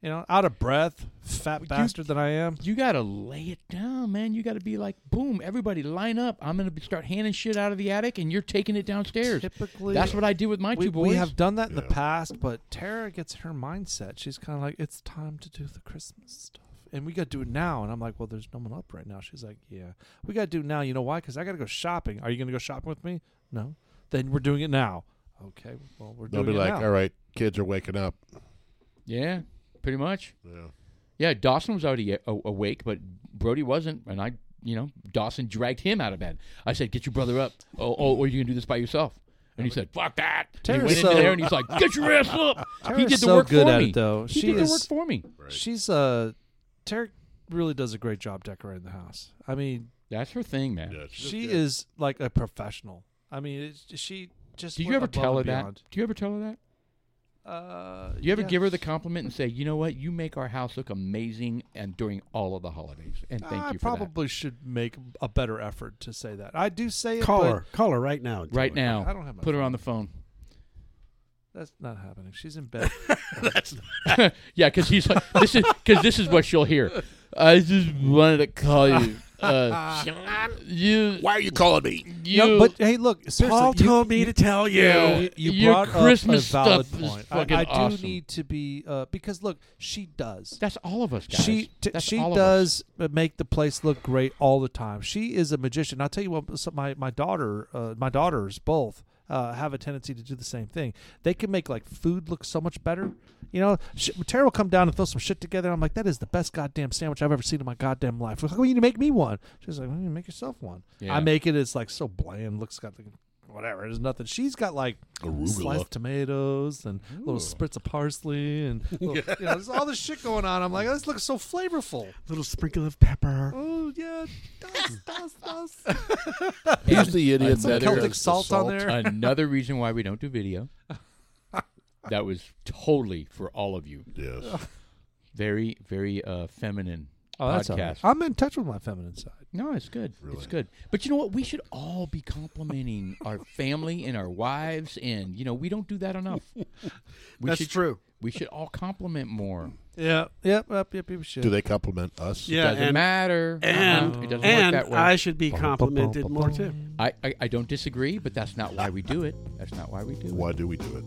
You know, out of breath, fat bastard that I am.
You gotta lay it down, man. You gotta be like, boom, everybody line up. I'm gonna be- start handing shit out of the attic, and you're taking it downstairs.
Typically,
That's what I do with my
we,
two
we
boys.
have done that in the
Yeah.
past, but Tara gets her mindset. She's kind of like, it's time to do the Christmas stuff. And we got to do it now. And I'm like, well, there's no one up right now. She's like, yeah, we got to do it now. You know why? Because I got to go shopping. Are you going to go shopping with me? No. Then we're doing it now. Okay. Well, we're
They'll
doing
be
it
like,
now.
all right, kids are waking up.
yeah, pretty much.
Yeah.
Yeah, Dawson was already a- a- awake, but Brody wasn't, and I, you know, Dawson dragged him out of bed. I said, "Get your brother up, oh, oh, or you can do this by yourself." And he said, "Fuck that!" And he
Tara's
went
so-
into there and he's like, "Get your ass up!" he
Tara's
did the
so
work
good
for
at
me.
it, though.
He
She
did
is-
the work for me.
She's, uh, Tara really does a great job decorating the house. I mean,
That's her thing, man.
Yeah, she's
she
good.
is like a professional. I mean, it's, she just.
Do you
went
ever
above
tell her
and
that?
beyond.
Do you ever tell her that?
Uh,
Do you ever
yeah.
give her the compliment and say, "You know what? You make our house look amazing, and during all of the holidays, and thank
I
you for that."
probably should make a better effort to say that. I do say it.
Call
but
her. Call her right now. and tell
Right
her.
now,
I don't have my
put her
phone.
on the phone.
That's not happening. She's in bed.
[laughs] yeah, because he's like, this is because this is what she'll hear. I just wanted to call you. Uh, you,
Why are you calling me?
you,
No, but hey, look, seriously,
Paul
you,
told me to tell you.
you, you
Your
brought
Christmas
up a valid
stuff is
point.
fucking
I, I do
awesome.
need to be uh, because look, she does.
that's all of us, guys.
She t-
That's
she
all of us.
does uh, make the place look great all the time. She is a magician. I'll tell you what. So my my daughter, uh, my daughters both uh, have a tendency to do the same thing. They can make like food look so much better. You know, sh- Tara will come down and throw some shit together. I'm like, that is the best goddamn sandwich I've ever seen in my goddamn life. How come you didn't make me one? She's like, well, you make yourself one.
Yeah.
I make it. It's like so bland. Looks got like whatever. There's nothing. She's got like sliced tomatoes and little spritz of parsley and little, you know, there's all this shit going on. I'm like, this looks so flavorful.
Little sprinkle of
Uh-huh.
pepper.
Oh yeah, [laughs] does does does.
Who's the idiot
Some
that
Celtic
does the
salt on there.
Another reason why we don't do
[laughs]
video. that was totally for all of you. [laughs]
Yes.
Very, very uh, feminine
Oh, all right.
podcast.
I'm in touch with my feminine side.
No, it's good. It's good. But you know what? We should all be complimenting our family and our wives, and you know we don't do that
[laughs]
enough. We
That's
should,
true.
We should all compliment more.
Yeah, yep, yep, yep, yep. Shit.
Do they compliment us?
Yeah,
doesn't
and-
matter.
And
Uh-uh. it doesn't
and
work that way.
I should be complimented more too.
I, I I don't disagree, but that's not why we do it. That's not why we do it.
Why do we do it?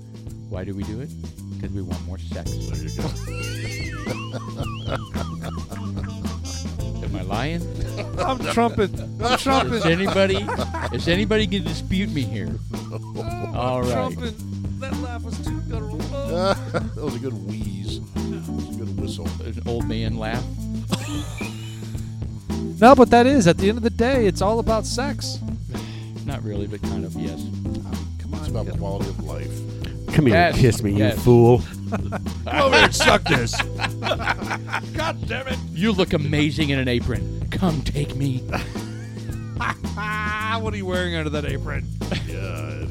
Why do we do it? Because we want more sex.
There you go. [laughs]
Am I
[laughs]
lying?
I'm trumpet.
[laughs]
I'm trumpet.
Is anybody [laughs] is anybody gonna dispute me here? All right.
Trumpet. That laugh was too guttural.
that was a good wheeze. That was a good whistle.
An old man laugh.
No, but that is at the end of the day, it's all about sex.
Not really, but kind of yes.
Come
It's
on,
about quality of life.
Come here,
Yes,
and kiss me,
yes.
you fool.
God damn it!
You look amazing in an apron. Come take me.
Ah, [laughs] what are you wearing under that apron? [laughs]
Yeah.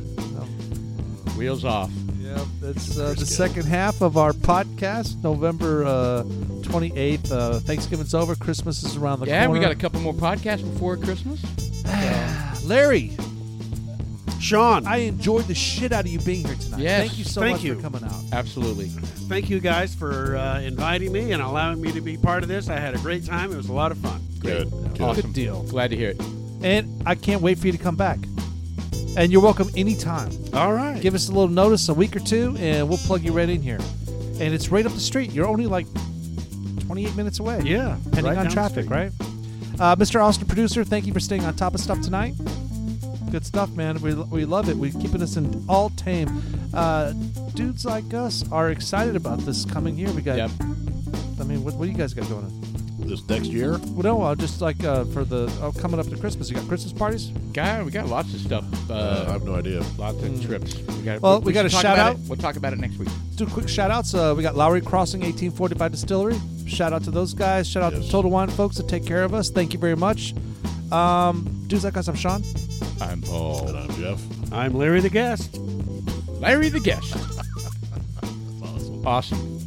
Wheels off.
Yep, that's uh, the
Brisket.
second half of our podcast, November uh, 28th. Uh, Thanksgiving's over, Christmas is around the
Yeah, we
corner.
got a couple more podcasts before Christmas.
Larry,
Sean,
I enjoyed the shit out of you being here tonight.
Yes.
Thank you so
Thank
much
you.
for coming out.
Absolutely.
thank you guys for uh, inviting me and allowing me to be part of this. I had a great time. It was a lot of fun.
Good. Good.
Awesome.
deal.
Glad to hear it.
And I can't wait for you to come back. And you're welcome anytime.
All right.
Give us a little notice, a week or two, and we'll plug you right in here. And it's right up the street. You're only like 28 minutes away.
yeah.
Depending
right
on
down the
traffic,
street.
right? Uh, Mr. Austin, producer, thank you for staying on top of stuff tonight. Good stuff, man. We, we love it. We're keeping us in all tame. Uh, dudes like us are excited about this coming year. We got,
Yep.
I mean, what, what do you guys got going on?
This next year,
Well, no, uh, just like uh, for the oh, coming up to Christmas, you got Christmas parties.
Guy, we got lots of stuff. Uh,
I have no idea.
lots of trips. We got,
mm. Well, we got
should
a
talk
shout
about
out.
It. We'll talk about it next week.
Let's do quick shout outs. Uh, we got Lowry Crossing 1845 Distillery. Shout out to those guys. Shout out to
Yes.
Total Wine folks that take care of us. Thank you very much. Um, dudes like us, I'm Sean.
I'm
And
Paul.
I'm Jeff.
I'm Larry the
[laughs]
Guest.
Larry the Guest. Awesome.